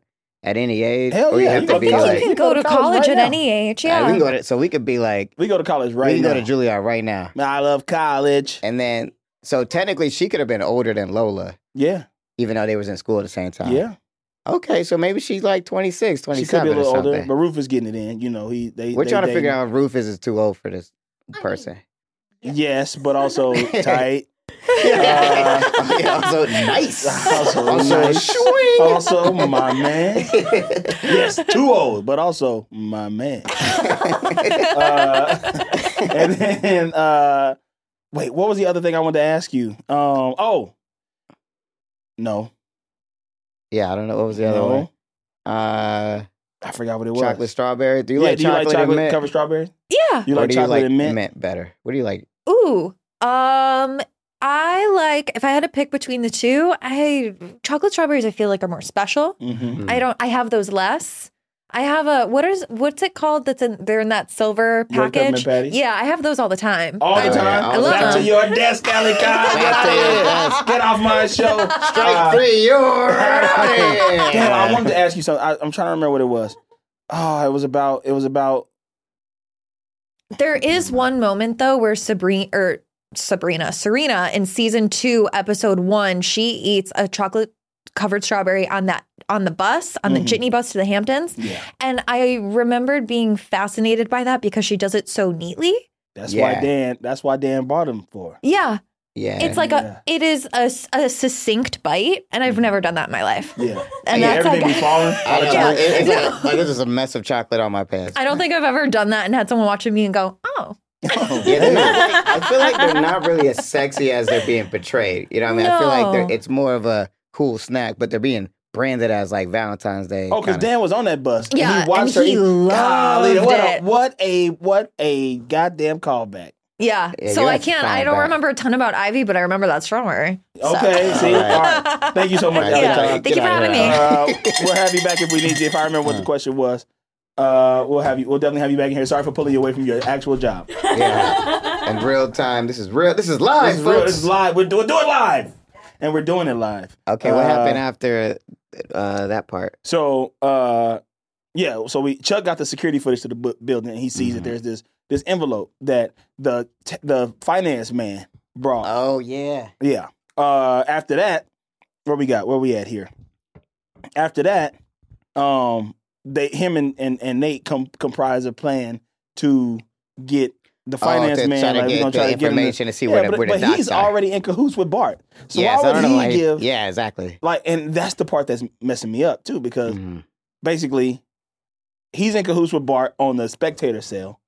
[SPEAKER 2] at any age?
[SPEAKER 3] Hell
[SPEAKER 2] or
[SPEAKER 3] yeah,
[SPEAKER 2] you have
[SPEAKER 3] you
[SPEAKER 2] to
[SPEAKER 3] go
[SPEAKER 2] be
[SPEAKER 3] to college.
[SPEAKER 7] You
[SPEAKER 2] like,
[SPEAKER 7] can go to college
[SPEAKER 3] right
[SPEAKER 7] at
[SPEAKER 3] now.
[SPEAKER 7] any age.
[SPEAKER 2] All
[SPEAKER 7] Yeah.
[SPEAKER 2] right, we can go to, so we could be like,
[SPEAKER 3] We go to college
[SPEAKER 2] we
[SPEAKER 3] right
[SPEAKER 2] can
[SPEAKER 3] now.
[SPEAKER 2] go to Juilliard right now.
[SPEAKER 3] I love college.
[SPEAKER 2] And then, so technically, she could have been older than Lola,
[SPEAKER 3] Yeah,
[SPEAKER 2] even though they was in school at the same time.
[SPEAKER 3] yeah.
[SPEAKER 2] Okay, so maybe she's like 26,
[SPEAKER 3] She could
[SPEAKER 2] 27
[SPEAKER 3] be a
[SPEAKER 2] or
[SPEAKER 3] little
[SPEAKER 2] something.
[SPEAKER 3] older, but Rufus getting it in. You know, he they.
[SPEAKER 2] We're
[SPEAKER 3] they
[SPEAKER 2] trying to figure
[SPEAKER 3] dating.
[SPEAKER 2] out if Rufus is too old for this person.
[SPEAKER 3] Yes, but also tight.
[SPEAKER 2] Yeah. Yeah, also nice.
[SPEAKER 3] Also
[SPEAKER 2] Also
[SPEAKER 3] nice.
[SPEAKER 2] swing.
[SPEAKER 3] Also, my man. Yes, too old, but also my man. uh, and then, uh, wait, what was the other thing I wanted to ask you? Um, oh, no,
[SPEAKER 2] yeah, I don't know what was the other
[SPEAKER 3] no,
[SPEAKER 2] one. Uh,
[SPEAKER 3] I forgot what it was.
[SPEAKER 2] chocolate strawberry. Do you
[SPEAKER 3] yeah,
[SPEAKER 2] like
[SPEAKER 3] do you
[SPEAKER 2] chocolate,
[SPEAKER 3] like chocolate
[SPEAKER 2] and mint?
[SPEAKER 3] covered strawberries?
[SPEAKER 7] yeah.
[SPEAKER 3] You
[SPEAKER 2] or
[SPEAKER 3] like
[SPEAKER 2] do you
[SPEAKER 3] chocolate
[SPEAKER 2] like
[SPEAKER 3] and mint?
[SPEAKER 2] better? What do you like?
[SPEAKER 7] Ooh. Um I like if I had to pick between the two, I chocolate strawberries I feel like are more special.
[SPEAKER 3] Mm-hmm.
[SPEAKER 2] Mm.
[SPEAKER 7] I don't I have those less. I have a what is what's it called that's in they're in that silver
[SPEAKER 3] York peppermint
[SPEAKER 7] package.
[SPEAKER 3] patties?
[SPEAKER 7] Yeah, I have those all the time.
[SPEAKER 3] All
[SPEAKER 2] Oh, Yeah,
[SPEAKER 3] the time.
[SPEAKER 2] all
[SPEAKER 7] the
[SPEAKER 3] Back
[SPEAKER 7] time.
[SPEAKER 3] to your desk, Allie Kyle. Get
[SPEAKER 2] Back
[SPEAKER 3] out
[SPEAKER 2] to
[SPEAKER 3] of
[SPEAKER 2] your
[SPEAKER 3] here.
[SPEAKER 2] desk.
[SPEAKER 3] Get off my show. Uh,
[SPEAKER 2] three, you're
[SPEAKER 3] Damn, I wanted to ask you something. I, I'm trying to remember what it was. Oh, it was about. It was about.
[SPEAKER 7] There is one moment though where Sabrina or Sabrina, Serena in season two, episode one, she eats a chocolate covered strawberry on that on the bus, on the
[SPEAKER 3] Mhm.
[SPEAKER 7] jitney bus to the Hamptons.
[SPEAKER 3] Yeah,
[SPEAKER 7] And I remembered being fascinated by that because she does it so neatly.
[SPEAKER 3] that's why
[SPEAKER 2] Yeah.
[SPEAKER 3] Dan. That's why Dan bought him for.
[SPEAKER 7] Yeah.
[SPEAKER 2] Yeah,
[SPEAKER 7] It's like
[SPEAKER 3] Yeah. Mm-hmm.
[SPEAKER 7] a it is a, s- a succinct bite, and I've never done that in my life.
[SPEAKER 3] Yeah,
[SPEAKER 7] And
[SPEAKER 3] yeah.
[SPEAKER 7] that's
[SPEAKER 3] Everything
[SPEAKER 7] like
[SPEAKER 3] be falling.
[SPEAKER 2] I don't
[SPEAKER 7] Yeah.
[SPEAKER 2] know. It- It's like, like, this is a mess of chocolate on my pants.
[SPEAKER 7] I don't think I've ever done that and had someone watching me and go, "Oh,
[SPEAKER 2] Yeah, they're not, I feel like they're not really as sexy as they're being portrayed. You know what I mean? I feel like
[SPEAKER 7] No.
[SPEAKER 2] they're, it's more of a cool snack, but they're being branded as like Valentine's Day.
[SPEAKER 3] Oh, because
[SPEAKER 2] kinda-
[SPEAKER 3] Dan was on that bus.
[SPEAKER 7] Yeah,
[SPEAKER 3] and he watched
[SPEAKER 7] and
[SPEAKER 3] her.
[SPEAKER 7] he
[SPEAKER 3] eat.
[SPEAKER 7] loved
[SPEAKER 3] Golly, what
[SPEAKER 7] it.
[SPEAKER 3] A, what a what a goddamn callback.
[SPEAKER 7] yeah."
[SPEAKER 2] Yeah,
[SPEAKER 7] so
[SPEAKER 2] you're
[SPEAKER 7] I
[SPEAKER 2] not
[SPEAKER 7] can't. I
[SPEAKER 2] fine
[SPEAKER 7] don't
[SPEAKER 2] back.
[SPEAKER 7] remember a ton about Ivy, but I remember that strawberry. So-
[SPEAKER 3] Okay, see, all
[SPEAKER 2] All
[SPEAKER 3] right. Thank you so much,
[SPEAKER 2] All right,
[SPEAKER 7] Yeah.
[SPEAKER 2] get
[SPEAKER 3] Allie.
[SPEAKER 2] out-
[SPEAKER 7] Thank
[SPEAKER 2] get
[SPEAKER 7] you for
[SPEAKER 2] out of
[SPEAKER 7] having
[SPEAKER 2] here.
[SPEAKER 7] me.
[SPEAKER 3] Uh, we'll have you back if we need you. If I remember what the question was, uh, we'll have you. We'll definitely have you back in here. Sorry for pulling you away from your actual job.
[SPEAKER 2] Yeah. In real time. This is real. This is live,
[SPEAKER 3] It's real.
[SPEAKER 2] folks.
[SPEAKER 3] It's live. We're doing, doing it live, and we're doing it live.
[SPEAKER 2] Okay, what
[SPEAKER 3] Uh,
[SPEAKER 2] happened after uh, that part?
[SPEAKER 3] So, uh, yeah. So we Chuck got the security footage to the bu- building, and he sees that
[SPEAKER 2] Mhm.
[SPEAKER 3] there's this this envelope that the t- the finance man brought.
[SPEAKER 2] Oh yeah.
[SPEAKER 3] Yeah. Uh, after that, where we got? Where we at here? After that, um, they him and and, and Nate com- comprise a plan to get the finance
[SPEAKER 2] oh, to
[SPEAKER 3] man.
[SPEAKER 2] Try to
[SPEAKER 3] like, we're
[SPEAKER 2] get
[SPEAKER 3] gonna try to
[SPEAKER 2] the
[SPEAKER 3] get him to-
[SPEAKER 2] information to see where
[SPEAKER 3] yeah,
[SPEAKER 2] the,
[SPEAKER 3] but,
[SPEAKER 2] where the
[SPEAKER 3] but he's
[SPEAKER 2] dots are.
[SPEAKER 3] already in cahoots with Bart. So
[SPEAKER 2] Yes,
[SPEAKER 3] why
[SPEAKER 2] I
[SPEAKER 3] would
[SPEAKER 2] don't
[SPEAKER 3] he
[SPEAKER 2] know why he-
[SPEAKER 3] give?
[SPEAKER 2] Yeah, exactly.
[SPEAKER 3] Like, and that's the part that's messing me up too, because
[SPEAKER 2] Mhm.
[SPEAKER 3] basically he's in cahoots with Bart on the spectator sale,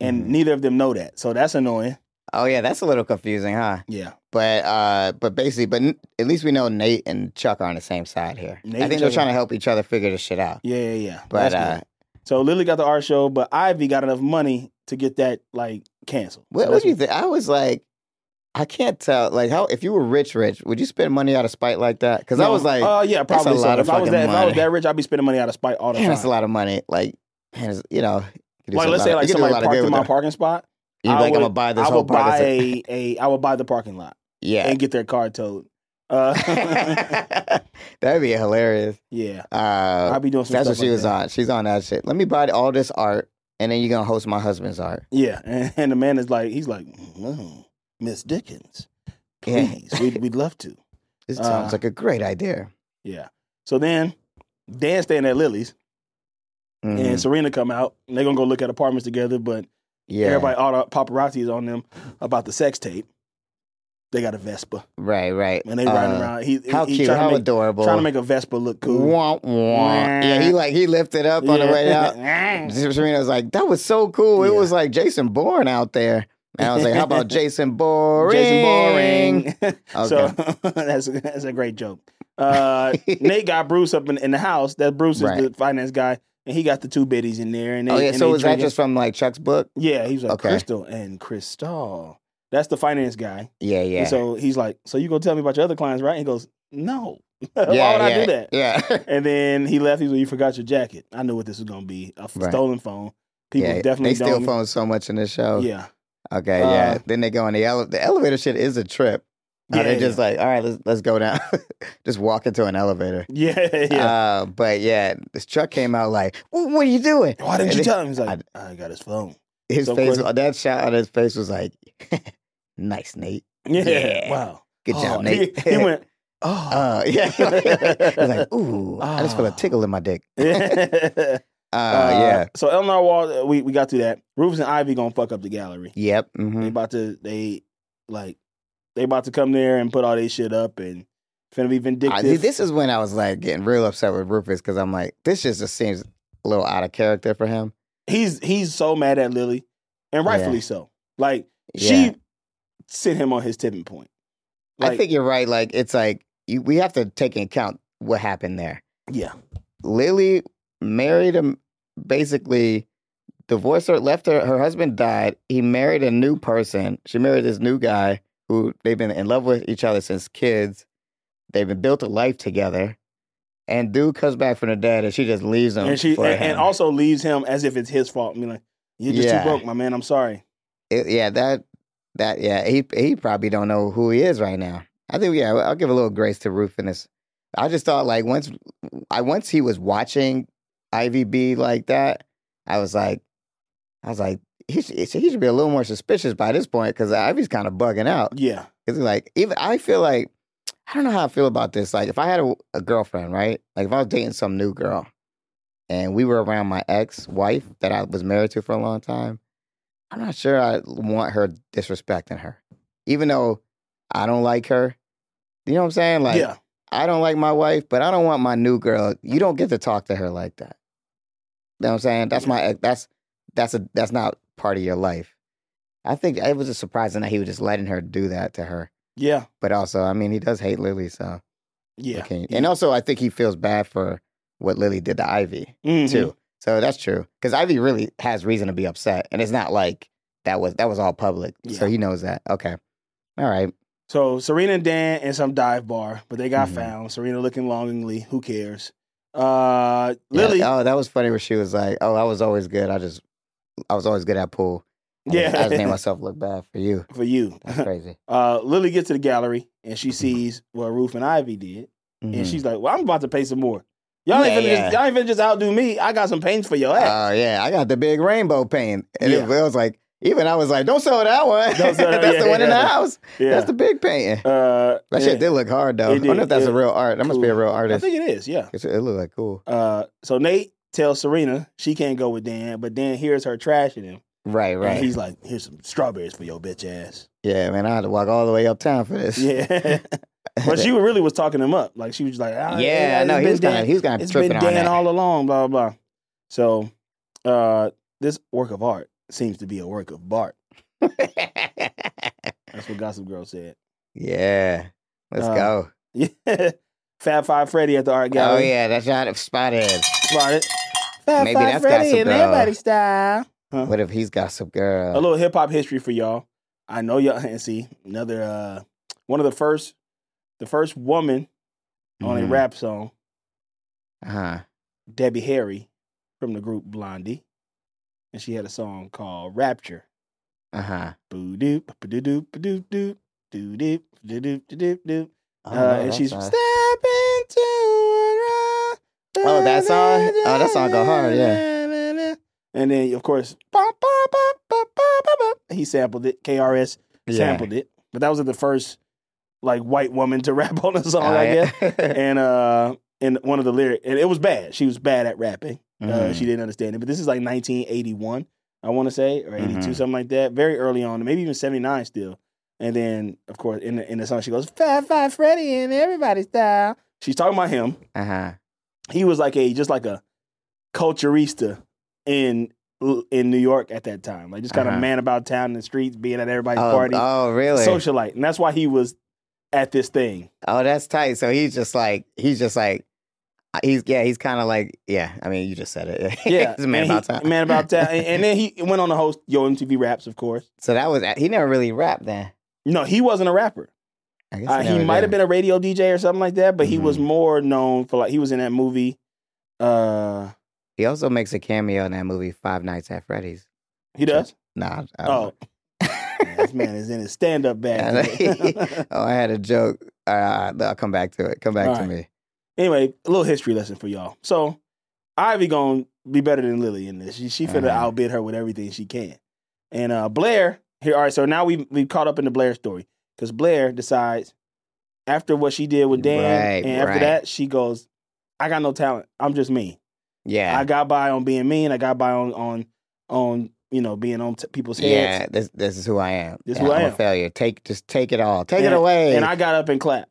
[SPEAKER 3] and
[SPEAKER 2] Mhm.
[SPEAKER 3] neither of them know that. So that's annoying.
[SPEAKER 2] Oh yeah, that's a little confusing, huh?
[SPEAKER 3] Yeah.
[SPEAKER 2] But uh, but basically, but n- at least we know Nate and Chuck are on the same side here.
[SPEAKER 3] Nate
[SPEAKER 2] I
[SPEAKER 3] and
[SPEAKER 2] think they're
[SPEAKER 3] Chuck-
[SPEAKER 2] trying to help each other figure this shit out.
[SPEAKER 3] Yeah, yeah, yeah.
[SPEAKER 2] But
[SPEAKER 3] That's good.
[SPEAKER 2] uh,
[SPEAKER 3] So Lily got the art show, but Ivy got enough money to get that like canceled.
[SPEAKER 2] what,
[SPEAKER 3] So
[SPEAKER 2] what
[SPEAKER 3] that's
[SPEAKER 2] do you think? I was like, I can't tell. Like, how if you were rich, rich, would you spend money out of spite like that? Because I
[SPEAKER 3] No,
[SPEAKER 2] was like,
[SPEAKER 3] oh yeah,
[SPEAKER 2] that's a
[SPEAKER 3] probably. so.
[SPEAKER 2] lot of
[SPEAKER 3] if I was
[SPEAKER 2] fucking
[SPEAKER 3] that, if I was
[SPEAKER 2] money.
[SPEAKER 3] that rich, I'd be spending money out of spite all the
[SPEAKER 2] man, that's a
[SPEAKER 3] time.
[SPEAKER 2] lot of money. Like, man, it's- you know, you could do
[SPEAKER 3] Like
[SPEAKER 2] so
[SPEAKER 3] let's
[SPEAKER 2] lot-
[SPEAKER 3] say
[SPEAKER 2] you
[SPEAKER 3] like
[SPEAKER 2] could do a
[SPEAKER 3] somebody
[SPEAKER 2] lot of
[SPEAKER 3] parked
[SPEAKER 2] good
[SPEAKER 3] in
[SPEAKER 2] with
[SPEAKER 3] my
[SPEAKER 2] that.
[SPEAKER 3] parking spot.
[SPEAKER 2] You'd be
[SPEAKER 3] I
[SPEAKER 2] like, I'm
[SPEAKER 3] would-
[SPEAKER 2] gonna buy this
[SPEAKER 3] I
[SPEAKER 2] whole
[SPEAKER 3] would
[SPEAKER 2] part.
[SPEAKER 3] buy
[SPEAKER 2] of it.
[SPEAKER 3] a, a I would buy the parking lot
[SPEAKER 2] yeah.
[SPEAKER 3] and get their car towed. Uh,
[SPEAKER 2] That'd be hilarious.
[SPEAKER 3] yeah,
[SPEAKER 2] Uh,
[SPEAKER 3] I'd be doing some.
[SPEAKER 2] that's what
[SPEAKER 3] stuff
[SPEAKER 2] she
[SPEAKER 3] like
[SPEAKER 2] was
[SPEAKER 3] that.
[SPEAKER 2] on. She's on that shit. Let me buy all this art, and then you're gonna host my husband's art.
[SPEAKER 3] Yeah, and, and the man is like, he's like, mm, Miss Dickens,
[SPEAKER 2] Yeah.
[SPEAKER 3] please, we'd, we'd love to.
[SPEAKER 2] This
[SPEAKER 3] Uh,
[SPEAKER 2] sounds like a great idea.
[SPEAKER 3] Yeah. So then Dan's staying at Lily's
[SPEAKER 2] Mhm.
[SPEAKER 3] and Serena come out and they're gonna go look at apartments together, but
[SPEAKER 2] yeah,
[SPEAKER 3] everybody all the paparazzi is on them about the sex tape. They got a Vespa
[SPEAKER 2] right, right.
[SPEAKER 3] and they riding
[SPEAKER 2] Uh,
[SPEAKER 3] around. He,
[SPEAKER 2] How
[SPEAKER 3] he
[SPEAKER 2] cute!
[SPEAKER 3] trying,
[SPEAKER 2] How
[SPEAKER 3] to make,
[SPEAKER 2] adorable!
[SPEAKER 3] trying to make a Vespa look cool.
[SPEAKER 2] Wah, wah. Yeah, he like he lifted up on the way out. Serena was like, "That was so cool." It
[SPEAKER 3] Yeah.
[SPEAKER 2] was like Jason Bourne out there. And I was like, "How about Jason Bourne?"
[SPEAKER 3] Jason Boring. So
[SPEAKER 2] Okay.
[SPEAKER 3] that's that's a great joke. Uh, Nate got Bruce up in, in the house. That Bruce is the
[SPEAKER 2] Right.
[SPEAKER 3] finance guy, and he got the two biddies in there. And they,
[SPEAKER 2] oh yeah.
[SPEAKER 3] and
[SPEAKER 2] So
[SPEAKER 3] they
[SPEAKER 2] was that
[SPEAKER 3] drinking.
[SPEAKER 2] just from like Chuck's book?
[SPEAKER 3] yeah? He was like
[SPEAKER 2] Okay.
[SPEAKER 3] Crystal and Crystal. That's the finance guy.
[SPEAKER 2] Yeah,
[SPEAKER 3] And
[SPEAKER 2] yeah.
[SPEAKER 3] so he's like, so you gonna tell me about your other clients, right? He goes, no. Why would
[SPEAKER 2] yeah,
[SPEAKER 3] I
[SPEAKER 2] yeah,
[SPEAKER 3] do that?
[SPEAKER 2] Yeah.
[SPEAKER 3] And then he left. He was like, you forgot your jacket. I knew what this was gonna be. A f-
[SPEAKER 2] Right.
[SPEAKER 3] stolen phone. People
[SPEAKER 2] yeah,
[SPEAKER 3] definitely
[SPEAKER 2] they still
[SPEAKER 3] don't.
[SPEAKER 2] phone so much in this show.
[SPEAKER 3] Yeah.
[SPEAKER 2] Okay,
[SPEAKER 3] Uh,
[SPEAKER 2] yeah. Then they go on the elevator. The elevator shit is a trip. Yeah,
[SPEAKER 3] Yeah,
[SPEAKER 2] they're
[SPEAKER 3] yeah.
[SPEAKER 2] just like, all right, let's let's go down. just walk into an elevator.
[SPEAKER 3] Yeah. Yeah.
[SPEAKER 2] Uh, but yeah, this truck came out like, "Wh- what are you doing?
[SPEAKER 3] Why didn't
[SPEAKER 2] And
[SPEAKER 3] you
[SPEAKER 2] then
[SPEAKER 3] tell him? He's like, I, got his phone.
[SPEAKER 2] His
[SPEAKER 3] So of
[SPEAKER 2] face,
[SPEAKER 3] course-
[SPEAKER 2] that shot on his face was like, nice, Nate.
[SPEAKER 3] Yeah.
[SPEAKER 2] Yeah.
[SPEAKER 3] Wow.
[SPEAKER 2] Good job,
[SPEAKER 3] Oh,
[SPEAKER 2] Nate.
[SPEAKER 3] He, he went, oh.
[SPEAKER 2] uh, yeah. He's like, ooh, I just feel a
[SPEAKER 3] Ah.
[SPEAKER 2] tickle in my dick.
[SPEAKER 3] yeah.
[SPEAKER 2] Uh, yeah.
[SPEAKER 3] So Eleanor Wall, uh, we, we got through that. Rufus and Ivy gonna fuck up the gallery.
[SPEAKER 2] Yep.
[SPEAKER 3] They
[SPEAKER 2] hmm
[SPEAKER 3] about to they like they about to come there and put all this shit up and finna be vindictive.
[SPEAKER 2] I, this is when I was like getting real upset with Rufus because I'm like, this shit just seems a little out of character for him.
[SPEAKER 3] he's he's so mad at Lily, and rightfully
[SPEAKER 2] Yeah.
[SPEAKER 3] so. Like
[SPEAKER 2] Yeah.
[SPEAKER 3] she sent him on his tipping point.
[SPEAKER 2] I think you're right. Like it's like you, we have to take into account what happened there.
[SPEAKER 3] yeah,
[SPEAKER 2] Lily married him, basically divorced her, left her. Her husband died. He married a new person. She married this new guy who they've been in love with each other since kids. They've been built a life together. And dude comes back from the dead, and she just leaves him.
[SPEAKER 3] and she
[SPEAKER 2] for
[SPEAKER 3] and,
[SPEAKER 2] him.
[SPEAKER 3] and also leaves him as if it's his fault. I mean, like you're just
[SPEAKER 2] Yeah.
[SPEAKER 3] too broke, my man. I'm sorry.
[SPEAKER 2] It- yeah, that that yeah, he he probably don't know who he is right now. I think yeah, I'll give a little grace to Rufinus. I just thought like once I once he was watching Ivy B like that, I was like, I was like. He should, he should be a little more suspicious by this point because Ivy's kind of bugging out.
[SPEAKER 3] Yeah,
[SPEAKER 2] It's like even I feel like I don't know how I feel about this. Like if I had a, a girlfriend, right? Like if I was dating some new girl, and we were around my ex-wife that I was married to for a long time, I'm not sure I want her disrespecting her, even though I don't like her. You know what I'm saying? Like
[SPEAKER 3] yeah.
[SPEAKER 2] I don't like my wife, but I don't want my new girl. You don't get to talk to her like that. You know what I'm saying? That's my ex- that's that's a that's not part of your life. I think it was just surprising that he was just letting her do that to her.
[SPEAKER 3] Yeah,
[SPEAKER 2] But also, I mean, he does hate Lily, so
[SPEAKER 3] yeah.
[SPEAKER 2] okay. And also, I think he feels bad for what Lily did to Ivy
[SPEAKER 3] Mhm.
[SPEAKER 2] too. So that's true because Ivy really has reason to be upset, and it's not like that was that was all public. So
[SPEAKER 3] Yeah.
[SPEAKER 2] he knows that. Okay, all right.
[SPEAKER 3] So Serena and Dan in some dive bar, but they got
[SPEAKER 2] Mhm.
[SPEAKER 3] found. Serena looking longingly. Who cares? Uh,
[SPEAKER 2] Yeah,
[SPEAKER 3] Lily. Yeah.
[SPEAKER 2] Oh, that was funny where she was like, "Oh, I was always good. I just I was always good at pool. I just- I just made myself look bad for you.
[SPEAKER 3] For you.
[SPEAKER 2] That's crazy." Mm-hmm.
[SPEAKER 3] Uh, Lily gets to the gallery and she sees what Roof and Ivy did, and
[SPEAKER 2] Mhm.
[SPEAKER 3] she's like, "Well, I'm about to pay some more. Y'all ain't
[SPEAKER 2] Yeah,
[SPEAKER 3] finna
[SPEAKER 2] yeah.
[SPEAKER 3] Just, y'all ain't finna just outdo me. I got some pains for your ass."
[SPEAKER 2] Oh yeah, I got the big rainbow pain, and it
[SPEAKER 3] Yeah.
[SPEAKER 2] was like even I was like, "Don't sell that one.
[SPEAKER 3] Don't sell that-
[SPEAKER 2] That's the
[SPEAKER 3] yeah,
[SPEAKER 2] one in the
[SPEAKER 3] yeah.
[SPEAKER 2] house.
[SPEAKER 3] yeah.
[SPEAKER 2] Uh, That's the big painting."
[SPEAKER 3] uh, yeah.
[SPEAKER 2] That shit did look hard though.
[SPEAKER 3] It
[SPEAKER 2] I don't
[SPEAKER 3] did.
[SPEAKER 2] know if that's
[SPEAKER 3] It-
[SPEAKER 2] a real art. That must be a
[SPEAKER 3] cool.
[SPEAKER 2] real
[SPEAKER 3] I
[SPEAKER 2] artist.
[SPEAKER 3] think it is. Yeah.
[SPEAKER 2] It's- it looked like cool.
[SPEAKER 3] Uh, so Nate tells Serena she can't go with Dan, but Dan hears her trashing him,
[SPEAKER 2] Right,
[SPEAKER 3] and
[SPEAKER 2] right.
[SPEAKER 3] he's like, "Here's some strawberries for your bitch ass."
[SPEAKER 2] Yeah, man, I had to walk all the way uptown for this.
[SPEAKER 3] Yeah. But she really was talking him up. Like she was like, ah,
[SPEAKER 2] yeah,
[SPEAKER 3] it's
[SPEAKER 2] no, he
[SPEAKER 3] been
[SPEAKER 2] was kind
[SPEAKER 3] Dan-
[SPEAKER 2] of he was kind of
[SPEAKER 3] It's
[SPEAKER 2] tripping
[SPEAKER 3] been
[SPEAKER 2] on
[SPEAKER 3] Dan
[SPEAKER 2] that.
[SPEAKER 3] all along, blah blah. blah. So, uh, this work of art seems to be a work of Bart. That's what Gossip Girl said.
[SPEAKER 2] yeah, let's
[SPEAKER 3] Uh,
[SPEAKER 2] go.
[SPEAKER 3] Yeah, Fab Five Freddy at the art
[SPEAKER 2] Oh
[SPEAKER 3] gallery.
[SPEAKER 2] yeah, that shot of spotted.
[SPEAKER 3] Uh-huh. spotted. Fab
[SPEAKER 2] Maybe
[SPEAKER 3] Five
[SPEAKER 2] that's
[SPEAKER 3] Freddy
[SPEAKER 2] Gossip
[SPEAKER 3] and
[SPEAKER 2] Girl. Oh.
[SPEAKER 3] everybody style. Huh?
[SPEAKER 2] What if he's Gossip
[SPEAKER 3] A
[SPEAKER 2] Girl?
[SPEAKER 3] little hip hop history for y'all. I know y'all and see another uh, one of the first, the first woman on a
[SPEAKER 2] Mhm.
[SPEAKER 3] rap Uh, song,
[SPEAKER 2] Huh.
[SPEAKER 3] Debbie Harry from the group Blondie, and she had a song called Rapture.
[SPEAKER 2] Uh huh.
[SPEAKER 3] Boo doop, ba doo doop, ba doop doop, doo doop, doo doop, doo doop doop.
[SPEAKER 2] Oh,
[SPEAKER 3] Uh, and she's step into a
[SPEAKER 2] Oh, that song? Oh, that song go hard,
[SPEAKER 3] yeah. And then of course, bum, bum, bum, bum, bum, bum, bum. he sampled it. KRS
[SPEAKER 2] Yeah.
[SPEAKER 3] sampled it. But that was like the first like white woman to rap on a song,
[SPEAKER 2] Oh,
[SPEAKER 3] I guess.
[SPEAKER 2] guess.
[SPEAKER 3] And uh, and one of the lyric, and it was bad. She was bad at rapping. Uh,
[SPEAKER 2] Mhm.
[SPEAKER 3] she didn't understand it. But this is like 1981, I want to say, or 82,
[SPEAKER 2] Mhm.
[SPEAKER 3] something like that. Very early on, maybe even 79 still. And then, of course, in the, in the song, she goes, Five Five Freddy and everybody's style. She's talking about him.
[SPEAKER 2] Uh huh.
[SPEAKER 3] He was like a, just like a culturista in in New York at that time. Like just kind of
[SPEAKER 2] Uh-huh.
[SPEAKER 3] man about town in the streets, being at everybody's
[SPEAKER 2] Oh,
[SPEAKER 3] party,
[SPEAKER 2] oh, really?
[SPEAKER 3] socialite. And that's why he was at this thing.
[SPEAKER 2] Oh, that's tight. So he's just like he's just like uh, he's yeah he's kind of like yeah. I mean, you just said it.
[SPEAKER 3] Yeah,
[SPEAKER 2] he's a man
[SPEAKER 3] and
[SPEAKER 2] about
[SPEAKER 3] he-
[SPEAKER 2] town.
[SPEAKER 3] Man about town, and, and then he went on to host Yo MTV Raps, of course.
[SPEAKER 2] so that was he never really rapped then.
[SPEAKER 3] No, he wasn't a rapper.
[SPEAKER 2] I guess
[SPEAKER 3] Uh, he
[SPEAKER 2] never
[SPEAKER 3] might have
[SPEAKER 2] did.
[SPEAKER 3] been a radio DJ or something like that, but he was
[SPEAKER 2] Mhm.
[SPEAKER 3] more known for like he was in that movie. Uh,
[SPEAKER 2] He also makes a cameo in that movie Five Nights at Freddy's.
[SPEAKER 3] he does.
[SPEAKER 2] Nah. I, I
[SPEAKER 3] Oh,
[SPEAKER 2] don't
[SPEAKER 3] man, this man is in his stand up bag.
[SPEAKER 2] know. oh, I had a joke. Uh, I'll come back to it. Come back
[SPEAKER 3] All
[SPEAKER 2] to
[SPEAKER 3] right.
[SPEAKER 2] me.
[SPEAKER 3] anyway, a little history lesson for y'all. So Ivy gonna be better than Lily in this. She she finna
[SPEAKER 2] Uh-huh.
[SPEAKER 3] outbid her with everything she can. And uh Blair here. All right, so now we we caught up in the Blair story because Blair decides after what she did with Dan,
[SPEAKER 2] Right,
[SPEAKER 3] and after
[SPEAKER 2] right.
[SPEAKER 3] that she goes, "I got no talent. I'm just mean.
[SPEAKER 2] Yeah.
[SPEAKER 3] I got by on being mean. I got by on on on you know being on t- people's heads.
[SPEAKER 2] yeah. This this is who I am.
[SPEAKER 3] This is
[SPEAKER 2] yeah,
[SPEAKER 3] who I
[SPEAKER 2] I'm
[SPEAKER 3] am.
[SPEAKER 2] a failure. Take just take it all. Take
[SPEAKER 3] And-
[SPEAKER 2] it away.
[SPEAKER 3] And I got up and clapped.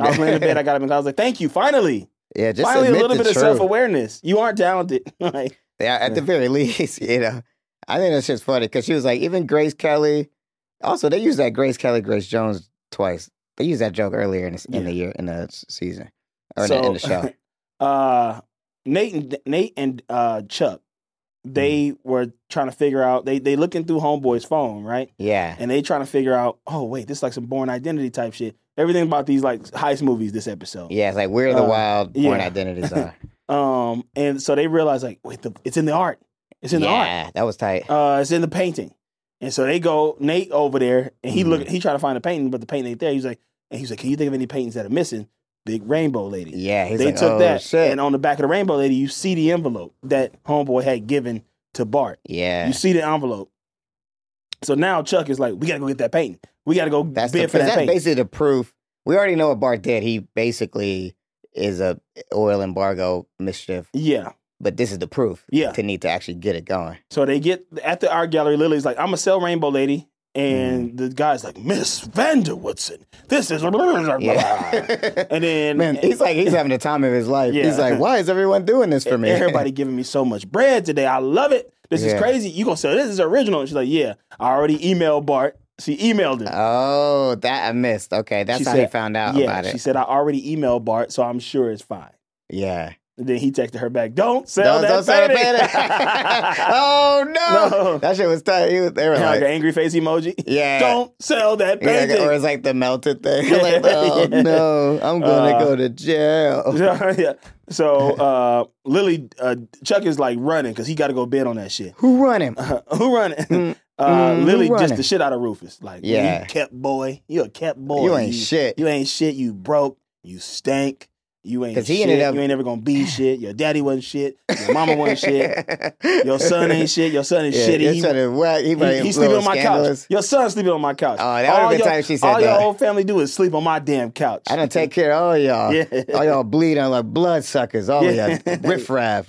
[SPEAKER 3] I was laying in bed. I got up and clapped. I was like, "Thank you, finally,
[SPEAKER 2] yeah. Just
[SPEAKER 3] finally, a
[SPEAKER 2] admit
[SPEAKER 3] little
[SPEAKER 2] the
[SPEAKER 3] bit of
[SPEAKER 2] truth.
[SPEAKER 3] self awareness. You aren't talented. like,
[SPEAKER 2] Yeah, at the
[SPEAKER 3] Yeah.
[SPEAKER 2] very least, you know, I think that's just funny because she was like, even Grace Kelly. Also, they used that Grace Kelly, Grace Jones twice. They used that joke earlier in the, in the year in the s- season or in, the, in the show.
[SPEAKER 3] uh, Nate and Nate and uh, Chuck, they
[SPEAKER 2] Mm-hmm.
[SPEAKER 3] were trying to figure out. They they looking through Homeboy's phone, right?
[SPEAKER 2] Yeah,
[SPEAKER 3] And they trying to figure out. Oh wait, this is like some Born Identity type shit. Everything about these like heist movies this episode.
[SPEAKER 2] yeah. It's like where the
[SPEAKER 3] Uh,
[SPEAKER 2] wild born
[SPEAKER 3] yeah.
[SPEAKER 2] identities are.
[SPEAKER 3] Um, and so they realize like, wait, the, it's in the art. It's in the art.
[SPEAKER 2] yeah, that was tight.
[SPEAKER 3] Uh, it's in the painting. And so they go Nate over there, and he
[SPEAKER 2] Mhm.
[SPEAKER 3] look. He tried to find a painting, but the painting ain't there. He's like, and he's like, can you think of any paintings that are missing? Big rainbow lady.
[SPEAKER 2] yeah, he's
[SPEAKER 3] they
[SPEAKER 2] like,
[SPEAKER 3] took
[SPEAKER 2] oh,
[SPEAKER 3] that,
[SPEAKER 2] shit.
[SPEAKER 3] and on the back of the rainbow lady, you see the envelope that homeboy had given to Bart.
[SPEAKER 2] yeah,
[SPEAKER 3] You see the envelope. So now Chuck is like, we gotta go get that painting. We gotta go
[SPEAKER 2] that's the,
[SPEAKER 3] bid for
[SPEAKER 2] 'cause
[SPEAKER 3] that
[SPEAKER 2] that's
[SPEAKER 3] painting.
[SPEAKER 2] basically the proof. We already know what Bart did. He basically is a oil embargo mischief,
[SPEAKER 3] yeah,
[SPEAKER 2] but this is the proof.
[SPEAKER 3] yeah.
[SPEAKER 2] to need to actually get it going.
[SPEAKER 3] So they get at the art gallery. Lily's like, I'm gonna sell Rainbow Lady,
[SPEAKER 2] Mm.
[SPEAKER 3] and the guy's like, Miss Vanderwoodson. This is
[SPEAKER 2] Yeah.
[SPEAKER 3] and then
[SPEAKER 2] Man, he's like he's having the time of his life.
[SPEAKER 3] Yeah. E,
[SPEAKER 2] He's like, why is everyone doing this for me?
[SPEAKER 3] Everybody giving me so much bread today. I love it. This is
[SPEAKER 2] Yeah.
[SPEAKER 3] crazy. You gonna sell this is original? And she's like, yeah. I already emailed Bart. She emailed him.
[SPEAKER 2] Oh, that I missed. Okay, that's
[SPEAKER 3] She
[SPEAKER 2] how he
[SPEAKER 3] said-
[SPEAKER 2] found out
[SPEAKER 3] yeah.
[SPEAKER 2] about it.
[SPEAKER 3] She said I already emailed Bart, so I'm sure it's fine.
[SPEAKER 2] yeah.
[SPEAKER 3] And then he texted her back. Don't sell that
[SPEAKER 2] sell the
[SPEAKER 3] painting.
[SPEAKER 2] panic. oh no.
[SPEAKER 3] No.
[SPEAKER 2] that shit was tight. He was, they were
[SPEAKER 3] And like
[SPEAKER 2] like,
[SPEAKER 3] an angry face emoji.
[SPEAKER 2] yeah.
[SPEAKER 3] Don't sell that
[SPEAKER 2] Yeah,
[SPEAKER 3] painting.
[SPEAKER 2] or it's like the melted thing. like, oh
[SPEAKER 3] Yeah.
[SPEAKER 2] no, I'm gonna
[SPEAKER 3] Uh,
[SPEAKER 2] go to jail.
[SPEAKER 3] yeah. So uh, Lily, uh, Chuck is like running because he got to go bid on that shit.
[SPEAKER 2] Who run him?
[SPEAKER 3] who running?
[SPEAKER 2] Mm,
[SPEAKER 3] uh,
[SPEAKER 2] mm, who
[SPEAKER 3] Lily just
[SPEAKER 2] running?
[SPEAKER 3] the shit out of Rufus. Like, yeah,
[SPEAKER 2] Yeah.
[SPEAKER 3] you kept boy, you a kept boy.
[SPEAKER 2] You ain't shit.
[SPEAKER 3] You ain't shit. You broke. You stank. You ain't
[SPEAKER 2] 'Cause he
[SPEAKER 3] shit.
[SPEAKER 2] ended up-
[SPEAKER 3] you ain't ever gonna be shit. Your daddy wasn't shit. Your mama wasn't shit. Your son ain't shit. Your son is
[SPEAKER 2] Yeah,
[SPEAKER 3] shitty.
[SPEAKER 2] you're
[SPEAKER 3] He-
[SPEAKER 2] trying to whack. He,
[SPEAKER 3] he-
[SPEAKER 2] he,
[SPEAKER 3] he's sleeping on my couch. Your son's sleeping on my couch.
[SPEAKER 2] Oh, that would've
[SPEAKER 3] All
[SPEAKER 2] been
[SPEAKER 3] your-
[SPEAKER 2] time she said
[SPEAKER 3] All your
[SPEAKER 2] that.
[SPEAKER 3] whole family do is sleep on my damn couch.
[SPEAKER 2] I don't take care of all y'all.
[SPEAKER 3] Yeah.
[SPEAKER 2] All y'all bleeding like bloodsuckers. All
[SPEAKER 3] Yeah.
[SPEAKER 2] y'all riffraff.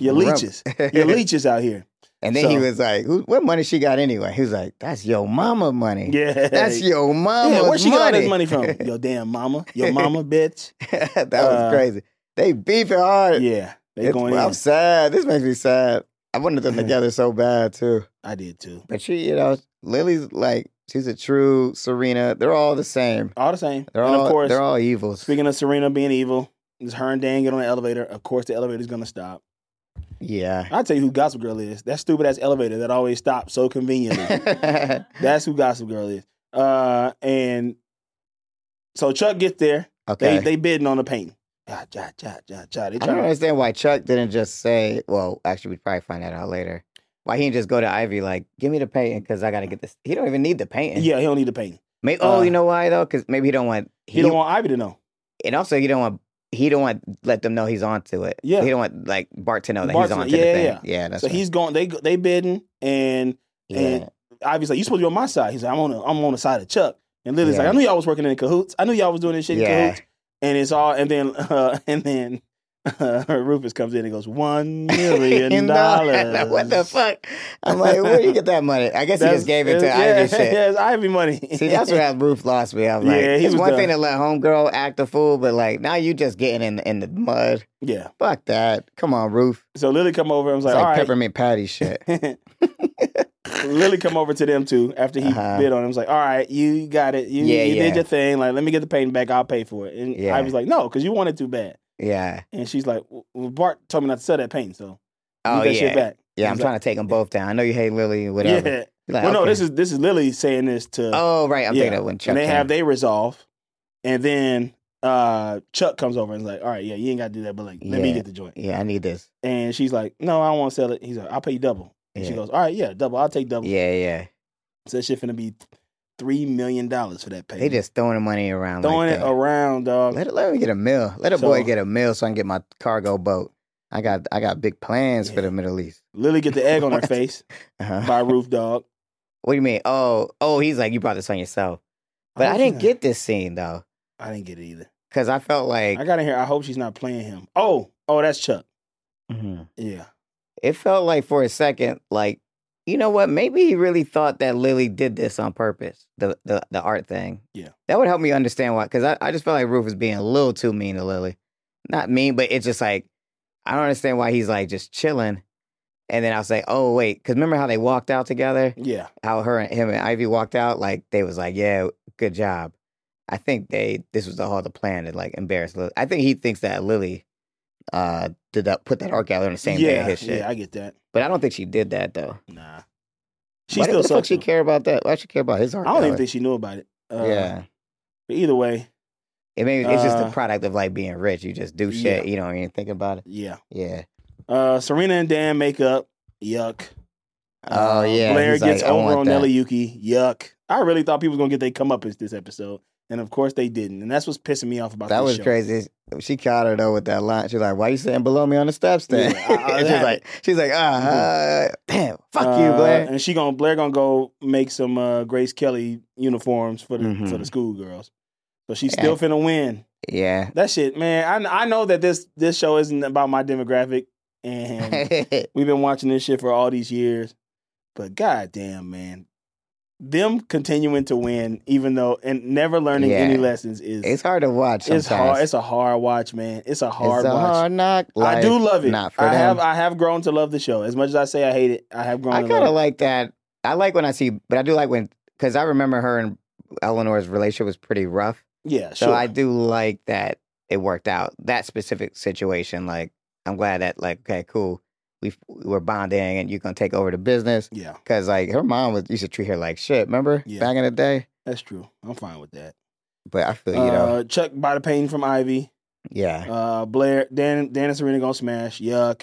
[SPEAKER 3] Your
[SPEAKER 2] rump.
[SPEAKER 3] leeches. your leeches out here.
[SPEAKER 2] And then he
[SPEAKER 3] So-
[SPEAKER 2] was like, Who, what money she got anyway? He was like, that's your mama money.
[SPEAKER 3] Yeah,
[SPEAKER 2] That's your mama's
[SPEAKER 3] yeah. Where she got all
[SPEAKER 2] money.
[SPEAKER 3] this money from? Your damn mama. Your mama, bitch.
[SPEAKER 2] that
[SPEAKER 3] Uh,
[SPEAKER 2] was crazy. They beefing hard.
[SPEAKER 3] Yeah, they
[SPEAKER 2] It's-
[SPEAKER 3] going in.
[SPEAKER 2] I'm sad. This makes me sad. I wanted them together so bad too.
[SPEAKER 3] I did too.
[SPEAKER 2] But she, you know, Lily's like, she's a true Serena. They're all the same.
[SPEAKER 3] All the same.
[SPEAKER 2] They're
[SPEAKER 3] and
[SPEAKER 2] all,
[SPEAKER 3] of course,
[SPEAKER 2] they're all evils.
[SPEAKER 3] speaking of Serena being evil, is her and Dan get on the elevator. Of course, the elevator's gonna stop.
[SPEAKER 2] Yeah.
[SPEAKER 3] I'll tell you who Gossip Girl is. That stupid ass elevator that always stops so conveniently.
[SPEAKER 2] okay.
[SPEAKER 3] That's who Gossip Girl is. Uh, and so Chuck gets there. They they bidding on the painting. Ja, ja, ja, ja, ja. They
[SPEAKER 2] I don't
[SPEAKER 3] trying to,
[SPEAKER 2] understand why Chuck didn't just say, well, actually, we'd probably find that out later. Why he didn't just go to Ivy, like, give me the painting because I got to get this. He don't even need the painting.
[SPEAKER 3] yeah, he don't need the painting.
[SPEAKER 2] Maybe, oh,
[SPEAKER 3] uh,
[SPEAKER 2] you know why, though? Because maybe he don't want.
[SPEAKER 3] He, don't want Ivy to know.
[SPEAKER 2] And also, he don't want. He don't want let them know he's onto it.
[SPEAKER 3] Yeah.
[SPEAKER 2] He don't want like Bart to know that
[SPEAKER 3] Bart to
[SPEAKER 2] he's
[SPEAKER 3] know-
[SPEAKER 2] onto
[SPEAKER 3] yeah,
[SPEAKER 2] the thing.
[SPEAKER 3] yeah.
[SPEAKER 2] Yeah, that's
[SPEAKER 3] so
[SPEAKER 2] right.
[SPEAKER 3] he's going. They they bidding, and
[SPEAKER 2] yeah.
[SPEAKER 3] and Ivy's like, "You supposed to be on my side." He's like, "I'm on the, I'm on the side of Chuck." And And Lily's
[SPEAKER 2] Yeah.
[SPEAKER 3] like, I knew y'all was working in cahoots. I knew y'all was doing this shit in
[SPEAKER 2] Yeah.
[SPEAKER 3] cahoots. And it's all, and then, uh, and then uh, Rufus comes in and goes, one million dollars.
[SPEAKER 2] uh, what the fuck? I'm like, where do you get that money? I guess he just gave it to
[SPEAKER 3] yeah,
[SPEAKER 2] Ivy shit.
[SPEAKER 3] Yeah, it's Ivy money.
[SPEAKER 2] See, that's where Roof lost me. I was like,
[SPEAKER 3] Yeah, he
[SPEAKER 2] it's
[SPEAKER 3] was
[SPEAKER 2] one
[SPEAKER 3] done.
[SPEAKER 2] thing to let homegirl act a fool, but like now you just getting in in the mud.
[SPEAKER 3] yeah.
[SPEAKER 2] Fuck that. Come on, Roof.
[SPEAKER 3] So Lily come over and was
[SPEAKER 2] It's
[SPEAKER 3] like,
[SPEAKER 2] like
[SPEAKER 3] all right.
[SPEAKER 2] peppermint patty shit.
[SPEAKER 3] Lily come over to them too after he
[SPEAKER 2] Uh-huh.
[SPEAKER 3] bid on him. Was like, all right, you got it. You,
[SPEAKER 2] Yeah,
[SPEAKER 3] you
[SPEAKER 2] yeah.
[SPEAKER 3] did your thing. Like, let me get the painting back. I'll pay for it. And
[SPEAKER 2] Yeah.
[SPEAKER 3] I was like, no, because you wanted too bad.
[SPEAKER 2] yeah.
[SPEAKER 3] And she's like, well, Bart told me not to sell that painting, so
[SPEAKER 2] Oh
[SPEAKER 3] leave that shit
[SPEAKER 2] yeah.
[SPEAKER 3] back.
[SPEAKER 2] Yeah,
[SPEAKER 3] He's
[SPEAKER 2] I'm
[SPEAKER 3] like-
[SPEAKER 2] trying to take them both down. I know you hate Lily, whatever.
[SPEAKER 3] Yeah.
[SPEAKER 2] You're like,
[SPEAKER 3] well, no,
[SPEAKER 2] okay.
[SPEAKER 3] this is this is Lily saying this to.
[SPEAKER 2] Oh right, I'm
[SPEAKER 3] Yeah.
[SPEAKER 2] thinking of when Chuck.
[SPEAKER 3] and they
[SPEAKER 2] came.
[SPEAKER 3] have they resolve, and then uh Chuck comes over and is like, all right, yeah, you ain't got to do that, but like, let me
[SPEAKER 2] Yeah.
[SPEAKER 3] get the joint.
[SPEAKER 2] yeah, I need this.
[SPEAKER 3] And she's like, no, I don't want to sell it. He's like, I'll pay you double. And she
[SPEAKER 2] Yeah.
[SPEAKER 3] goes, all right, yeah, double. I'll take double.
[SPEAKER 2] Yeah, yeah.
[SPEAKER 3] So that shit finna be three million dollars for that painting.
[SPEAKER 2] They just throwing the money around.
[SPEAKER 3] throwing
[SPEAKER 2] like
[SPEAKER 3] it
[SPEAKER 2] that.
[SPEAKER 3] around, dog.
[SPEAKER 2] Let let me get a meal. Let a boy
[SPEAKER 3] So-
[SPEAKER 2] get a meal so I can get my cargo boat. I got I got big plans for
[SPEAKER 3] Yeah.
[SPEAKER 2] the Middle East.
[SPEAKER 3] Lily get the egg on her
[SPEAKER 2] What?
[SPEAKER 3] face
[SPEAKER 2] Uh-huh.
[SPEAKER 3] by Roof Dog.
[SPEAKER 2] What do you mean? Oh, oh, he's like, you brought this on yourself. But I,
[SPEAKER 3] hope
[SPEAKER 2] didn't
[SPEAKER 3] she's not-
[SPEAKER 2] get this scene though,
[SPEAKER 3] I didn't get it either.
[SPEAKER 2] because I felt like
[SPEAKER 3] I got in here. I hope she's not playing him. Oh, oh, that's Chuck.
[SPEAKER 2] Mhm.
[SPEAKER 3] Yeah,
[SPEAKER 2] it felt like for a second, like you know what? Maybe he really thought that Lily did this on purpose. The the, the art thing.
[SPEAKER 3] Yeah.
[SPEAKER 2] that would help me understand why. Because I, I just felt like Rufus being a little too mean to Lily. Not mean, but it's just like I don't understand why he's like just chilling. And then I'll say, oh wait, because remember how they walked out together?
[SPEAKER 3] yeah.
[SPEAKER 2] how her and him and Ivy walked out, like they was like, "Yeah, good job." I think they this was the whole the plan to like embarrass Lily. I think he thinks that Lily uh did that put that art gallery on the same day
[SPEAKER 3] yeah,
[SPEAKER 2] as his shit,
[SPEAKER 3] yeah. I get that.
[SPEAKER 2] but I don't think she did that though.
[SPEAKER 3] Nah, she
[SPEAKER 2] Why
[SPEAKER 3] still
[SPEAKER 2] the fuck
[SPEAKER 3] sucks.
[SPEAKER 2] she
[SPEAKER 3] though.
[SPEAKER 2] care about that? Why she care about his art?
[SPEAKER 3] I don't even
[SPEAKER 2] gallery?
[SPEAKER 3] think she knew about it. Uh,
[SPEAKER 2] yeah,
[SPEAKER 3] But either way,
[SPEAKER 2] it may, it's just
[SPEAKER 3] uh,
[SPEAKER 2] the product of like being rich. You just do shit, you don't even think about it.
[SPEAKER 3] yeah.
[SPEAKER 2] Yeah.
[SPEAKER 3] Uh, Serena and Dan make up. Yuck.
[SPEAKER 2] Oh
[SPEAKER 3] Uh,
[SPEAKER 2] yeah.
[SPEAKER 3] Blair
[SPEAKER 2] he's
[SPEAKER 3] gets
[SPEAKER 2] like, I
[SPEAKER 3] over
[SPEAKER 2] want
[SPEAKER 3] on
[SPEAKER 2] that.
[SPEAKER 3] Nelly Yuki. Yuck. I really thought people was gonna get they come up in this episode, and of course they didn't, and that's what's pissing me off about
[SPEAKER 2] That
[SPEAKER 3] this
[SPEAKER 2] was
[SPEAKER 3] show.
[SPEAKER 2] crazy. She caught her though with that line. She's like, "Why you sitting below me on the steps?" Then
[SPEAKER 3] Yeah, I- I
[SPEAKER 2] And she's
[SPEAKER 3] had
[SPEAKER 2] like, "She's like, ah, uh, damn, fuck
[SPEAKER 3] Uh,
[SPEAKER 2] you, Blair."
[SPEAKER 3] And she gonna Blair gonna go make some uh, Grace Kelly uniforms for the for the
[SPEAKER 2] Mhm.
[SPEAKER 3] schoolgirls. So she's
[SPEAKER 2] Yeah.
[SPEAKER 3] still finna win.
[SPEAKER 2] Yeah,
[SPEAKER 3] That shit, man. I I know that this this show isn't about my demographic, and we've been watching this shit for all these years. But goddamn, man, them continuing to win, even though and never learning
[SPEAKER 2] Yeah.
[SPEAKER 3] any lessons is
[SPEAKER 2] it's hard to watch. Sometimes.
[SPEAKER 3] it's hard. It's a hard watch, man. It's a hard
[SPEAKER 2] It's a
[SPEAKER 3] watch.
[SPEAKER 2] hard knock.
[SPEAKER 3] I do
[SPEAKER 2] life.
[SPEAKER 3] love it.
[SPEAKER 2] Not for
[SPEAKER 3] I
[SPEAKER 2] them.
[SPEAKER 3] have I have grown to love the show. As much as I say I hate it, I have grown.
[SPEAKER 2] I
[SPEAKER 3] to
[SPEAKER 2] kind of
[SPEAKER 3] love
[SPEAKER 2] like that. I like when I see, but I do like when because I remember her and Eleanor's relationship was pretty rough.
[SPEAKER 3] it. Yeah,
[SPEAKER 2] So
[SPEAKER 3] sure.
[SPEAKER 2] I do like that it worked out that specific situation. Like, I'm glad that like, okay, cool, we we're bonding, and you're gonna take over the business.
[SPEAKER 3] yeah,
[SPEAKER 2] Cause like her mom was used to treat her like shit. Remember
[SPEAKER 3] Yeah.
[SPEAKER 2] back in the day.
[SPEAKER 3] that's true. I'm fine with that.
[SPEAKER 2] But I feel you know,
[SPEAKER 3] uh, Chuck by the pain from Ivy.
[SPEAKER 2] yeah.
[SPEAKER 3] Uh, Blair, Dan, Dan and Serena gonna smash. Yuck.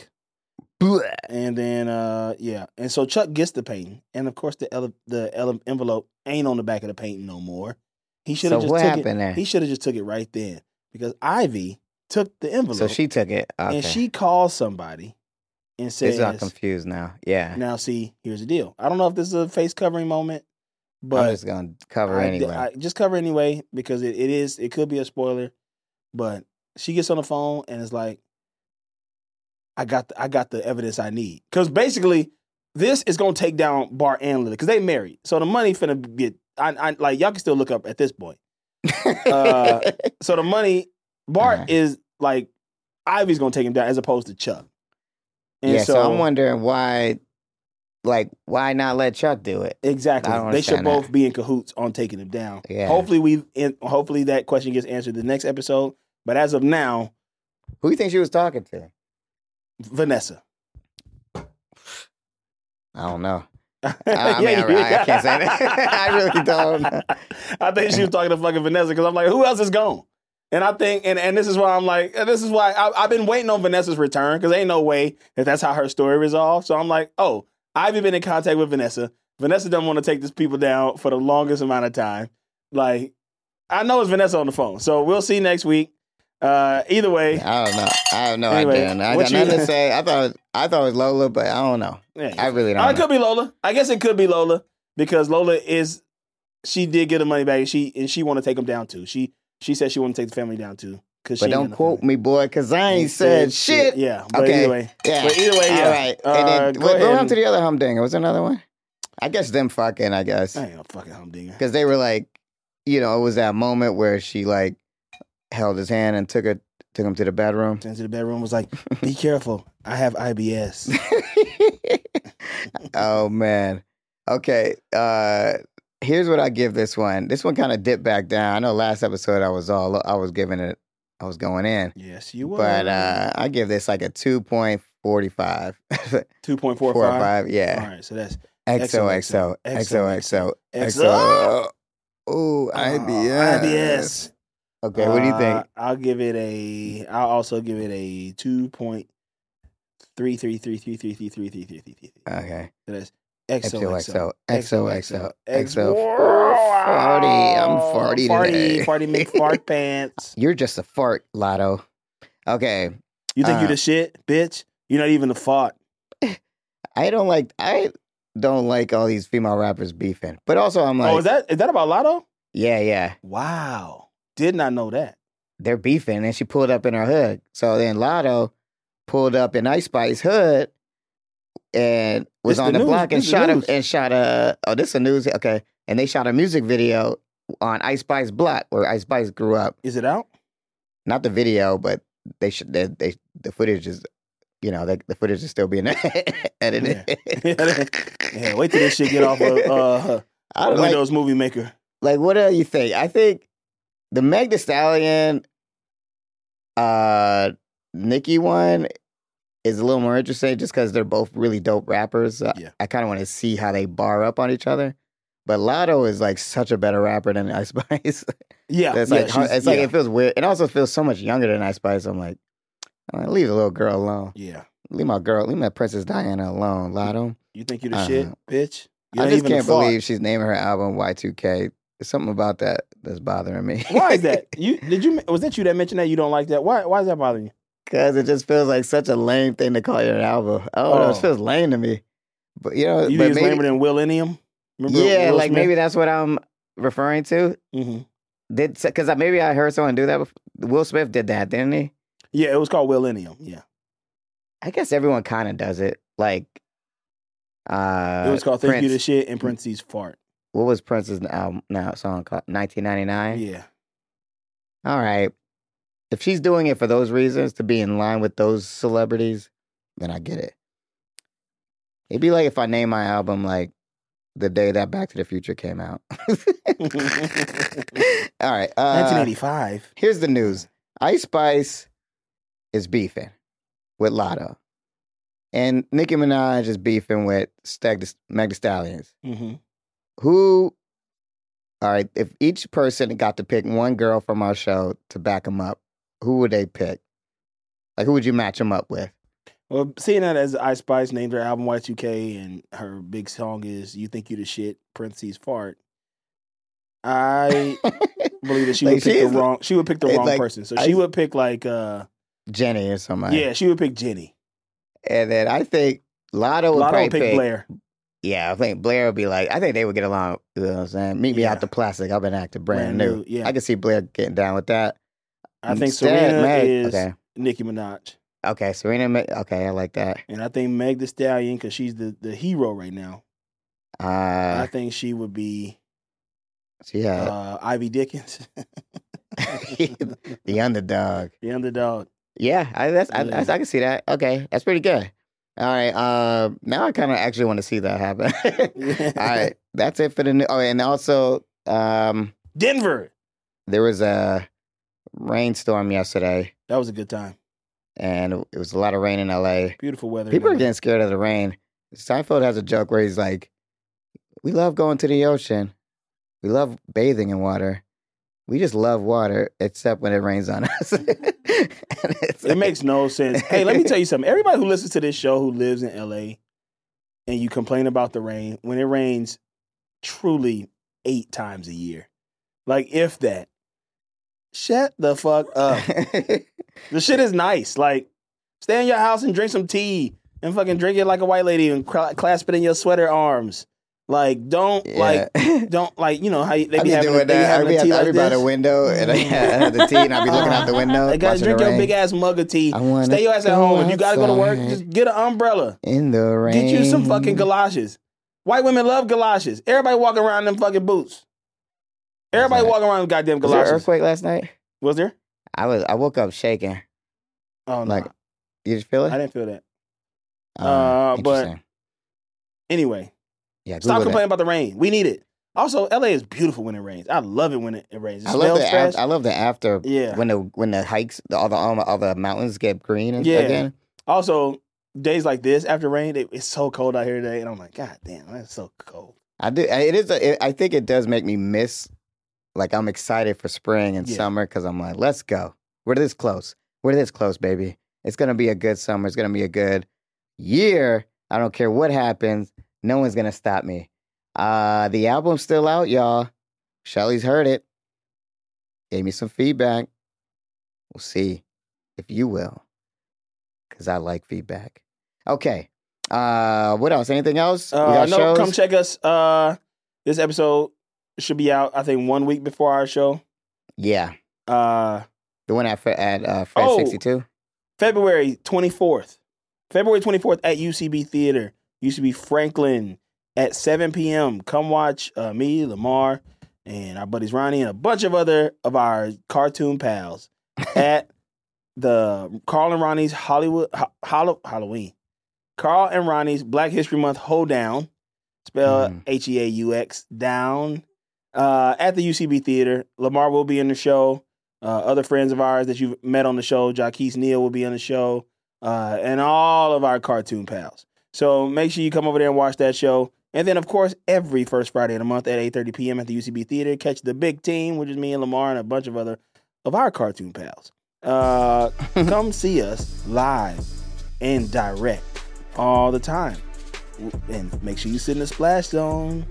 [SPEAKER 2] Blech.
[SPEAKER 3] And then uh, yeah, and so Chuck gets the painting, and of course the ele- the ele- envelope ain't on the back of the painting no more. He should
[SPEAKER 2] So
[SPEAKER 3] have just
[SPEAKER 2] what
[SPEAKER 3] took
[SPEAKER 2] happened
[SPEAKER 3] it.
[SPEAKER 2] there?
[SPEAKER 3] He should have just took it right then because Ivy took the envelope.
[SPEAKER 2] So she took it. Okay.
[SPEAKER 3] and she calls somebody and
[SPEAKER 2] this is all
[SPEAKER 3] says,
[SPEAKER 2] confused now. Yeah.
[SPEAKER 3] "Now see, here's the deal. I don't know if this is a face covering moment,
[SPEAKER 2] I'm
[SPEAKER 3] but
[SPEAKER 2] just gonna cover
[SPEAKER 3] I-
[SPEAKER 2] anyway.
[SPEAKER 3] I- just cover anyway because it, it is it could be a spoiler. But she gets on the phone and is like, "I got the, I got the evidence I need." Because basically, this is gonna take down Bart and Lily because they married, so the money finna get. I, I like y'all can still look up at this point. uh, So the money Bart
[SPEAKER 2] Uh-huh.
[SPEAKER 3] is like Ivy's gonna take him down as opposed to Chuck. And
[SPEAKER 2] yeah. So, I'm wondering why, like, why not let Chuck do it?
[SPEAKER 3] Exactly.
[SPEAKER 2] I don't
[SPEAKER 3] They should
[SPEAKER 2] understand
[SPEAKER 3] both
[SPEAKER 2] that.
[SPEAKER 3] be in cahoots on taking him down.
[SPEAKER 2] Yeah.
[SPEAKER 3] Hopefully we and hopefully that question gets answered the next episode. But as of now,
[SPEAKER 2] Who you think she was talking to?
[SPEAKER 3] Vanessa.
[SPEAKER 2] I don't know. I mean, Oh, I- I can't say that. I really don't know.
[SPEAKER 3] I think she was talking to fucking Vanessa because I'm like, who else is gone? And I think, and, and this is why I'm like, and this is why I, I've been waiting on Vanessa's return because ain't no way that that's how her story resolved. So I'm like, oh, I've been in contact with Vanessa. Vanessa doesn't want to take these people down for the longest amount of time. Like, I know it's Vanessa on the phone. So we'll see next week. Uh, either way,
[SPEAKER 2] I don't know. I have no
[SPEAKER 3] Anyway,
[SPEAKER 2] idea. I
[SPEAKER 3] what
[SPEAKER 2] got nothing
[SPEAKER 3] you-
[SPEAKER 2] to say. I thought it was, I thought it was Lola, but I don't know.
[SPEAKER 3] yeah.
[SPEAKER 2] I really
[SPEAKER 3] Oh, it
[SPEAKER 2] don't.
[SPEAKER 3] could be
[SPEAKER 2] know.
[SPEAKER 3] Lola. I guess it could be Lola because Lola is she did get her money back. and She and she want to take them down too. She she said she want to take the family down too. Cause
[SPEAKER 2] But
[SPEAKER 3] she
[SPEAKER 2] don't quote me, boy, because I ain't said shit.
[SPEAKER 3] Yeah. But
[SPEAKER 2] Okay.
[SPEAKER 3] anyway,
[SPEAKER 2] Yeah.
[SPEAKER 3] But either way, yeah.
[SPEAKER 2] All right. And
[SPEAKER 3] Uh,
[SPEAKER 2] then,
[SPEAKER 3] go
[SPEAKER 2] what, what
[SPEAKER 3] ahead
[SPEAKER 2] happened to
[SPEAKER 3] and-
[SPEAKER 2] the other humdinger? Was there another one? I guess them fucking, I guess.
[SPEAKER 3] I ain't a fucking humdinger.
[SPEAKER 2] Because they were like, you know, it was that moment where she like held his hand and took her, took him to the bedroom.
[SPEAKER 3] Into the bedroom was like, "Be careful, I have IBS."
[SPEAKER 2] oh man. Okay. Uh here's what I give this one. This one kind of dipped back down. I know last episode I was all I was giving it I was going in.
[SPEAKER 3] Yes, you were.
[SPEAKER 2] But uh I give this like a 2.45.
[SPEAKER 3] two point four
[SPEAKER 2] Four or
[SPEAKER 3] five.
[SPEAKER 2] five. Yeah.
[SPEAKER 3] All right, so that's
[SPEAKER 2] XOXO.
[SPEAKER 3] XOXO.
[SPEAKER 2] XOXO. XO.
[SPEAKER 3] Oh,
[SPEAKER 2] Ooh,
[SPEAKER 3] Uh,
[SPEAKER 2] IBS.
[SPEAKER 3] IBS.
[SPEAKER 2] Okay, what do you think?
[SPEAKER 3] Uh, I'll give it a. I'll also give it a two point three three three three three three three three three three three.
[SPEAKER 2] Okay.
[SPEAKER 3] So that's
[SPEAKER 2] XOXO.
[SPEAKER 3] XOXO.
[SPEAKER 2] XOXO.
[SPEAKER 3] X-
[SPEAKER 2] XO.
[SPEAKER 3] Wow.
[SPEAKER 2] 40. I'm 40
[SPEAKER 3] Farty,
[SPEAKER 2] today.
[SPEAKER 3] farty, make fart pants.
[SPEAKER 2] You're just a fart, Lotto. Okay.
[SPEAKER 3] You think
[SPEAKER 2] Uh.
[SPEAKER 3] you the shit, bitch? You're not even the fart.
[SPEAKER 2] I don't like I don't like all these female rappers beefing. But also I'm like
[SPEAKER 3] oh, is that is that about Lotto?
[SPEAKER 2] Yeah, yeah.
[SPEAKER 3] Wow, did not know that.
[SPEAKER 2] They're beefing and she pulled up in her hood. So then Lotto pulled up in Ice Spice hood and was
[SPEAKER 3] This
[SPEAKER 2] on
[SPEAKER 3] the
[SPEAKER 2] the
[SPEAKER 3] news.
[SPEAKER 2] block and
[SPEAKER 3] This the
[SPEAKER 2] shot a,
[SPEAKER 3] news.
[SPEAKER 2] and shot a oh this is the news okay. And they shot a music video on Ice Spice block where Ice Spice grew up.
[SPEAKER 3] Is it out?
[SPEAKER 2] Not the video, but they should they, they the footage is you know, the, the footage is still being edited.
[SPEAKER 3] yeah, wait till this shit get off of uh,
[SPEAKER 2] I don't like-
[SPEAKER 3] Windows Movie Maker.
[SPEAKER 2] like what do you think? I think the Meg the Stallion uh Nikki one is a little more interesting just because they're both really dope rappers. So
[SPEAKER 3] Yeah.
[SPEAKER 2] I kind of want to see how they bar up on each other. But Lotto is like such a better rapper than Ice Spice.
[SPEAKER 3] Yeah,
[SPEAKER 2] it's
[SPEAKER 3] yeah,
[SPEAKER 2] like hard-
[SPEAKER 3] she's-
[SPEAKER 2] it's like
[SPEAKER 3] yeah.
[SPEAKER 2] it feels weird. It also feels so much younger than Ice Spice. I'm like, I'm like, leave the little girl alone.
[SPEAKER 3] yeah.
[SPEAKER 2] Leave my girl, leave my Princess Diana alone, Lotto.
[SPEAKER 3] You think you the
[SPEAKER 2] Uh-huh.
[SPEAKER 3] shit, bitch? You
[SPEAKER 2] I
[SPEAKER 3] ain't
[SPEAKER 2] just
[SPEAKER 3] even a
[SPEAKER 2] can't
[SPEAKER 3] fart.
[SPEAKER 2] believe she's naming her album Y2K. There's something about that that's bothering me.
[SPEAKER 3] Why is that? You did you was that you that mentioned that you don't like that? Why why is that bothering you?
[SPEAKER 2] Because it just feels like such a lame thing to call your album. I don't know.
[SPEAKER 3] Oh.
[SPEAKER 2] It feels lame to me. But you know,
[SPEAKER 3] You
[SPEAKER 2] but
[SPEAKER 3] think it's
[SPEAKER 2] maybe-
[SPEAKER 3] lamer than Will Innium?
[SPEAKER 2] yeah, like maybe that's what I'm referring to.
[SPEAKER 3] hmm
[SPEAKER 2] Did because maybe I heard someone do that. Before. Will Smith did that, didn't he?
[SPEAKER 3] Yeah, it was called Will Innium. Yeah,
[SPEAKER 2] I guess everyone kind of does it. Like, uh,
[SPEAKER 3] it was called Think
[SPEAKER 2] Prince,
[SPEAKER 3] You the Shit in parentheses fart.
[SPEAKER 2] What was Prince's album? No song called 1999.
[SPEAKER 3] Yeah,
[SPEAKER 2] All right. If she's doing it for those reasons to be in line with those celebrities, then I get it. It'd be like if I name my album like the day that Back to the Future came out. All right. Uh,
[SPEAKER 3] 1985.
[SPEAKER 2] here's the news Ice Spice is beefing with Lotto, and Nicki Minaj is beefing with Stag- Meg Thee Stallions
[SPEAKER 3] hmm
[SPEAKER 2] who all right if each person got to pick one girl from our show to back them up who would they pick like who would you match them up with
[SPEAKER 3] Well, seeing that as Ice Spice named her album Y2K and her big song is "You Think You the Shit" parentheses fart. I believe that she
[SPEAKER 2] Like,
[SPEAKER 3] would pick
[SPEAKER 2] she
[SPEAKER 3] the
[SPEAKER 2] is-
[SPEAKER 3] wrong. She would pick the
[SPEAKER 2] it's
[SPEAKER 3] wrong
[SPEAKER 2] like
[SPEAKER 3] person. So
[SPEAKER 2] Ice-
[SPEAKER 3] she would pick like uh
[SPEAKER 2] jenny or somebody
[SPEAKER 3] yeah, she would pick Jenny.
[SPEAKER 2] and then i think lotto would
[SPEAKER 3] Lotto
[SPEAKER 2] probably
[SPEAKER 3] would pick Blair.
[SPEAKER 2] yeah i think blair would be like i think they would get along you know what i'm saying meet me
[SPEAKER 3] Yeah.
[SPEAKER 2] out the plastic i've been acting
[SPEAKER 3] Brand
[SPEAKER 2] brand, new,
[SPEAKER 3] new, yeah.
[SPEAKER 2] i can see blair getting down with that
[SPEAKER 3] I think
[SPEAKER 2] Instead,
[SPEAKER 3] Serena
[SPEAKER 2] Meg-
[SPEAKER 3] is
[SPEAKER 2] okay
[SPEAKER 3] Nicki Minaj,
[SPEAKER 2] okay serena Ma- okay i like that
[SPEAKER 3] and I think Meg The Stallion because she's the the hero right now. I
[SPEAKER 2] uh
[SPEAKER 3] think she would be
[SPEAKER 2] so yeah
[SPEAKER 3] uh, Ivy Dickens, the
[SPEAKER 2] the underdog
[SPEAKER 3] underdog.
[SPEAKER 2] Yeah, I that's, I,
[SPEAKER 3] Yeah.
[SPEAKER 2] I I can see that. Okay, that's pretty good. All right. Uh, now I kind of actually want to see that happen. All right, that's it for the new. Oh, and also, um,
[SPEAKER 3] Denver.
[SPEAKER 2] there was a rainstorm yesterday,
[SPEAKER 3] That was a good time.
[SPEAKER 2] and it was a lot of rain in LA.
[SPEAKER 3] Beautiful weather.
[SPEAKER 2] People are
[SPEAKER 3] now.
[SPEAKER 2] getting scared of the rain. Seinfeld has a joke where he's like, "We love going to the ocean. We love bathing in water. We just love water, except when it rains on us." And it's
[SPEAKER 3] It
[SPEAKER 2] like-
[SPEAKER 3] makes no sense. Hey, let me tell you something. Everybody who listens to this show who lives in LA and you complain about the rain, when it rains truly eight times a year, like if that, shut the fuck up. the shit is nice. Like, stay in your house and drink some tea and fucking drink it like a white lady and cl- clasp it in your sweater arms. Like, don't like
[SPEAKER 2] Yeah.
[SPEAKER 3] don't like you know how you- they
[SPEAKER 2] I
[SPEAKER 3] be
[SPEAKER 2] be
[SPEAKER 3] having,
[SPEAKER 2] doing
[SPEAKER 3] they be
[SPEAKER 2] that. I
[SPEAKER 3] having
[SPEAKER 2] be
[SPEAKER 3] a
[SPEAKER 2] at,
[SPEAKER 3] tea
[SPEAKER 2] I be
[SPEAKER 3] like
[SPEAKER 2] by the
[SPEAKER 3] this.
[SPEAKER 2] window and I have the tea and I be looking out the window.
[SPEAKER 3] They gotta
[SPEAKER 2] watching
[SPEAKER 3] drink
[SPEAKER 2] the
[SPEAKER 3] your
[SPEAKER 2] rain.
[SPEAKER 3] big ass mug of tea.
[SPEAKER 2] I wanna
[SPEAKER 3] Stay your ass at
[SPEAKER 2] go
[SPEAKER 3] home. If you gotta go to work,
[SPEAKER 2] outside.
[SPEAKER 3] just get an umbrella.
[SPEAKER 2] in the rain.
[SPEAKER 3] Get you some fucking galoshes. White women love galoshes. Everybody walking around in them fucking boots. Everybody
[SPEAKER 2] that?
[SPEAKER 3] walking around in goddamn
[SPEAKER 2] Was there an
[SPEAKER 3] galoshes.
[SPEAKER 2] earthquake last night?
[SPEAKER 3] Was there?
[SPEAKER 2] I was. I woke up shaking.
[SPEAKER 3] Oh no,
[SPEAKER 2] Like, you just feel it?
[SPEAKER 3] I didn't feel that.
[SPEAKER 2] Oh,
[SPEAKER 3] uh, but-
[SPEAKER 2] interesting.
[SPEAKER 3] Anyway,
[SPEAKER 2] yeah,
[SPEAKER 3] stop
[SPEAKER 2] Google
[SPEAKER 3] complaining
[SPEAKER 2] that.
[SPEAKER 3] about the rain. We need it. Also, LA is beautiful when it rains. I love it when it, it rains. It
[SPEAKER 2] I love
[SPEAKER 3] smells
[SPEAKER 2] the
[SPEAKER 3] fresh.
[SPEAKER 2] after, I love the after
[SPEAKER 3] yeah.
[SPEAKER 2] when the when the hikes the, all the all, the- all the mountains get green and
[SPEAKER 3] Yeah.
[SPEAKER 2] again.
[SPEAKER 3] Also, days like this after rain, it, it's so cold out here today, and I'm like, God damn, that's so cold.
[SPEAKER 2] I do. It is. A, it, I think it does make me miss. Like I'm excited for spring and
[SPEAKER 3] Yeah.
[SPEAKER 2] summer because I'm like, let's go. We're this close. We're this close, baby. It's gonna be a good summer. It's gonna be a good year. I don't care what happens. No one's gonna stop me. Uh, the album's still out, y'all. Shelly's heard it. Gave me some feedback. We'll see if you will, because I like feedback. Okay. Uh, what else? Anything else? We
[SPEAKER 3] Uh,
[SPEAKER 2] got
[SPEAKER 3] no,
[SPEAKER 2] shows?
[SPEAKER 3] come check us. Uh, this episode should be out, I think, one week before our show.
[SPEAKER 2] Yeah.
[SPEAKER 3] Uh,
[SPEAKER 2] The one at Fre- at uh, Fred
[SPEAKER 3] Oh.
[SPEAKER 2] sixty two.
[SPEAKER 3] February 24th. February 24th at UCB Theater, UCB Franklin at 7 p.m. Come watch uh, me, Lamar, and our buddies Ronnie and a bunch of other of our cartoon pals at the Carl and Ronnie's Hollywood Ho- Hollow- Halloween. Carl and Ronnie's Black History Month Hoedown, spelled
[SPEAKER 2] Mm.
[SPEAKER 3] H E A U X down, uh, at the UCB Theater. Lamar will be in the show uh, other friends of ours that you've met on the show. Jaquise Neal will be on the show, uh, and all of our cartoon pals. So make sure you come over there and watch that show. And then, of course, every first Friday of the month at 8.30 p.m. at the UCB Theater, catch The Big Team, which is me and Lamar and a bunch of other of our cartoon pals. Uh, come see us live and direct all the time. And make sure you sit in the splash zone.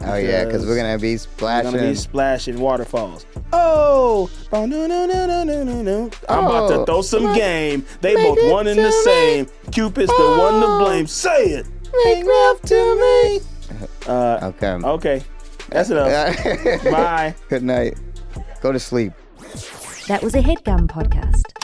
[SPEAKER 2] Oh yeah, because we're gonna be
[SPEAKER 3] We're
[SPEAKER 2] splashing.
[SPEAKER 3] gonna be splashing waterfalls. Oh, oh no no no no no no no! I'm about to
[SPEAKER 2] Oh,
[SPEAKER 3] throw some
[SPEAKER 2] make-
[SPEAKER 3] game. They
[SPEAKER 2] make
[SPEAKER 3] both
[SPEAKER 2] it
[SPEAKER 3] one and the
[SPEAKER 2] to me.
[SPEAKER 3] same. Cupid's the one to
[SPEAKER 2] Oh.
[SPEAKER 3] blame. Say it.
[SPEAKER 2] Make love to
[SPEAKER 3] me. Uh,
[SPEAKER 2] okay.
[SPEAKER 3] okay, that's enough.
[SPEAKER 2] Yeah.
[SPEAKER 3] Bye.
[SPEAKER 2] Good night. Go to sleep.
[SPEAKER 8] That was a headgum podcast.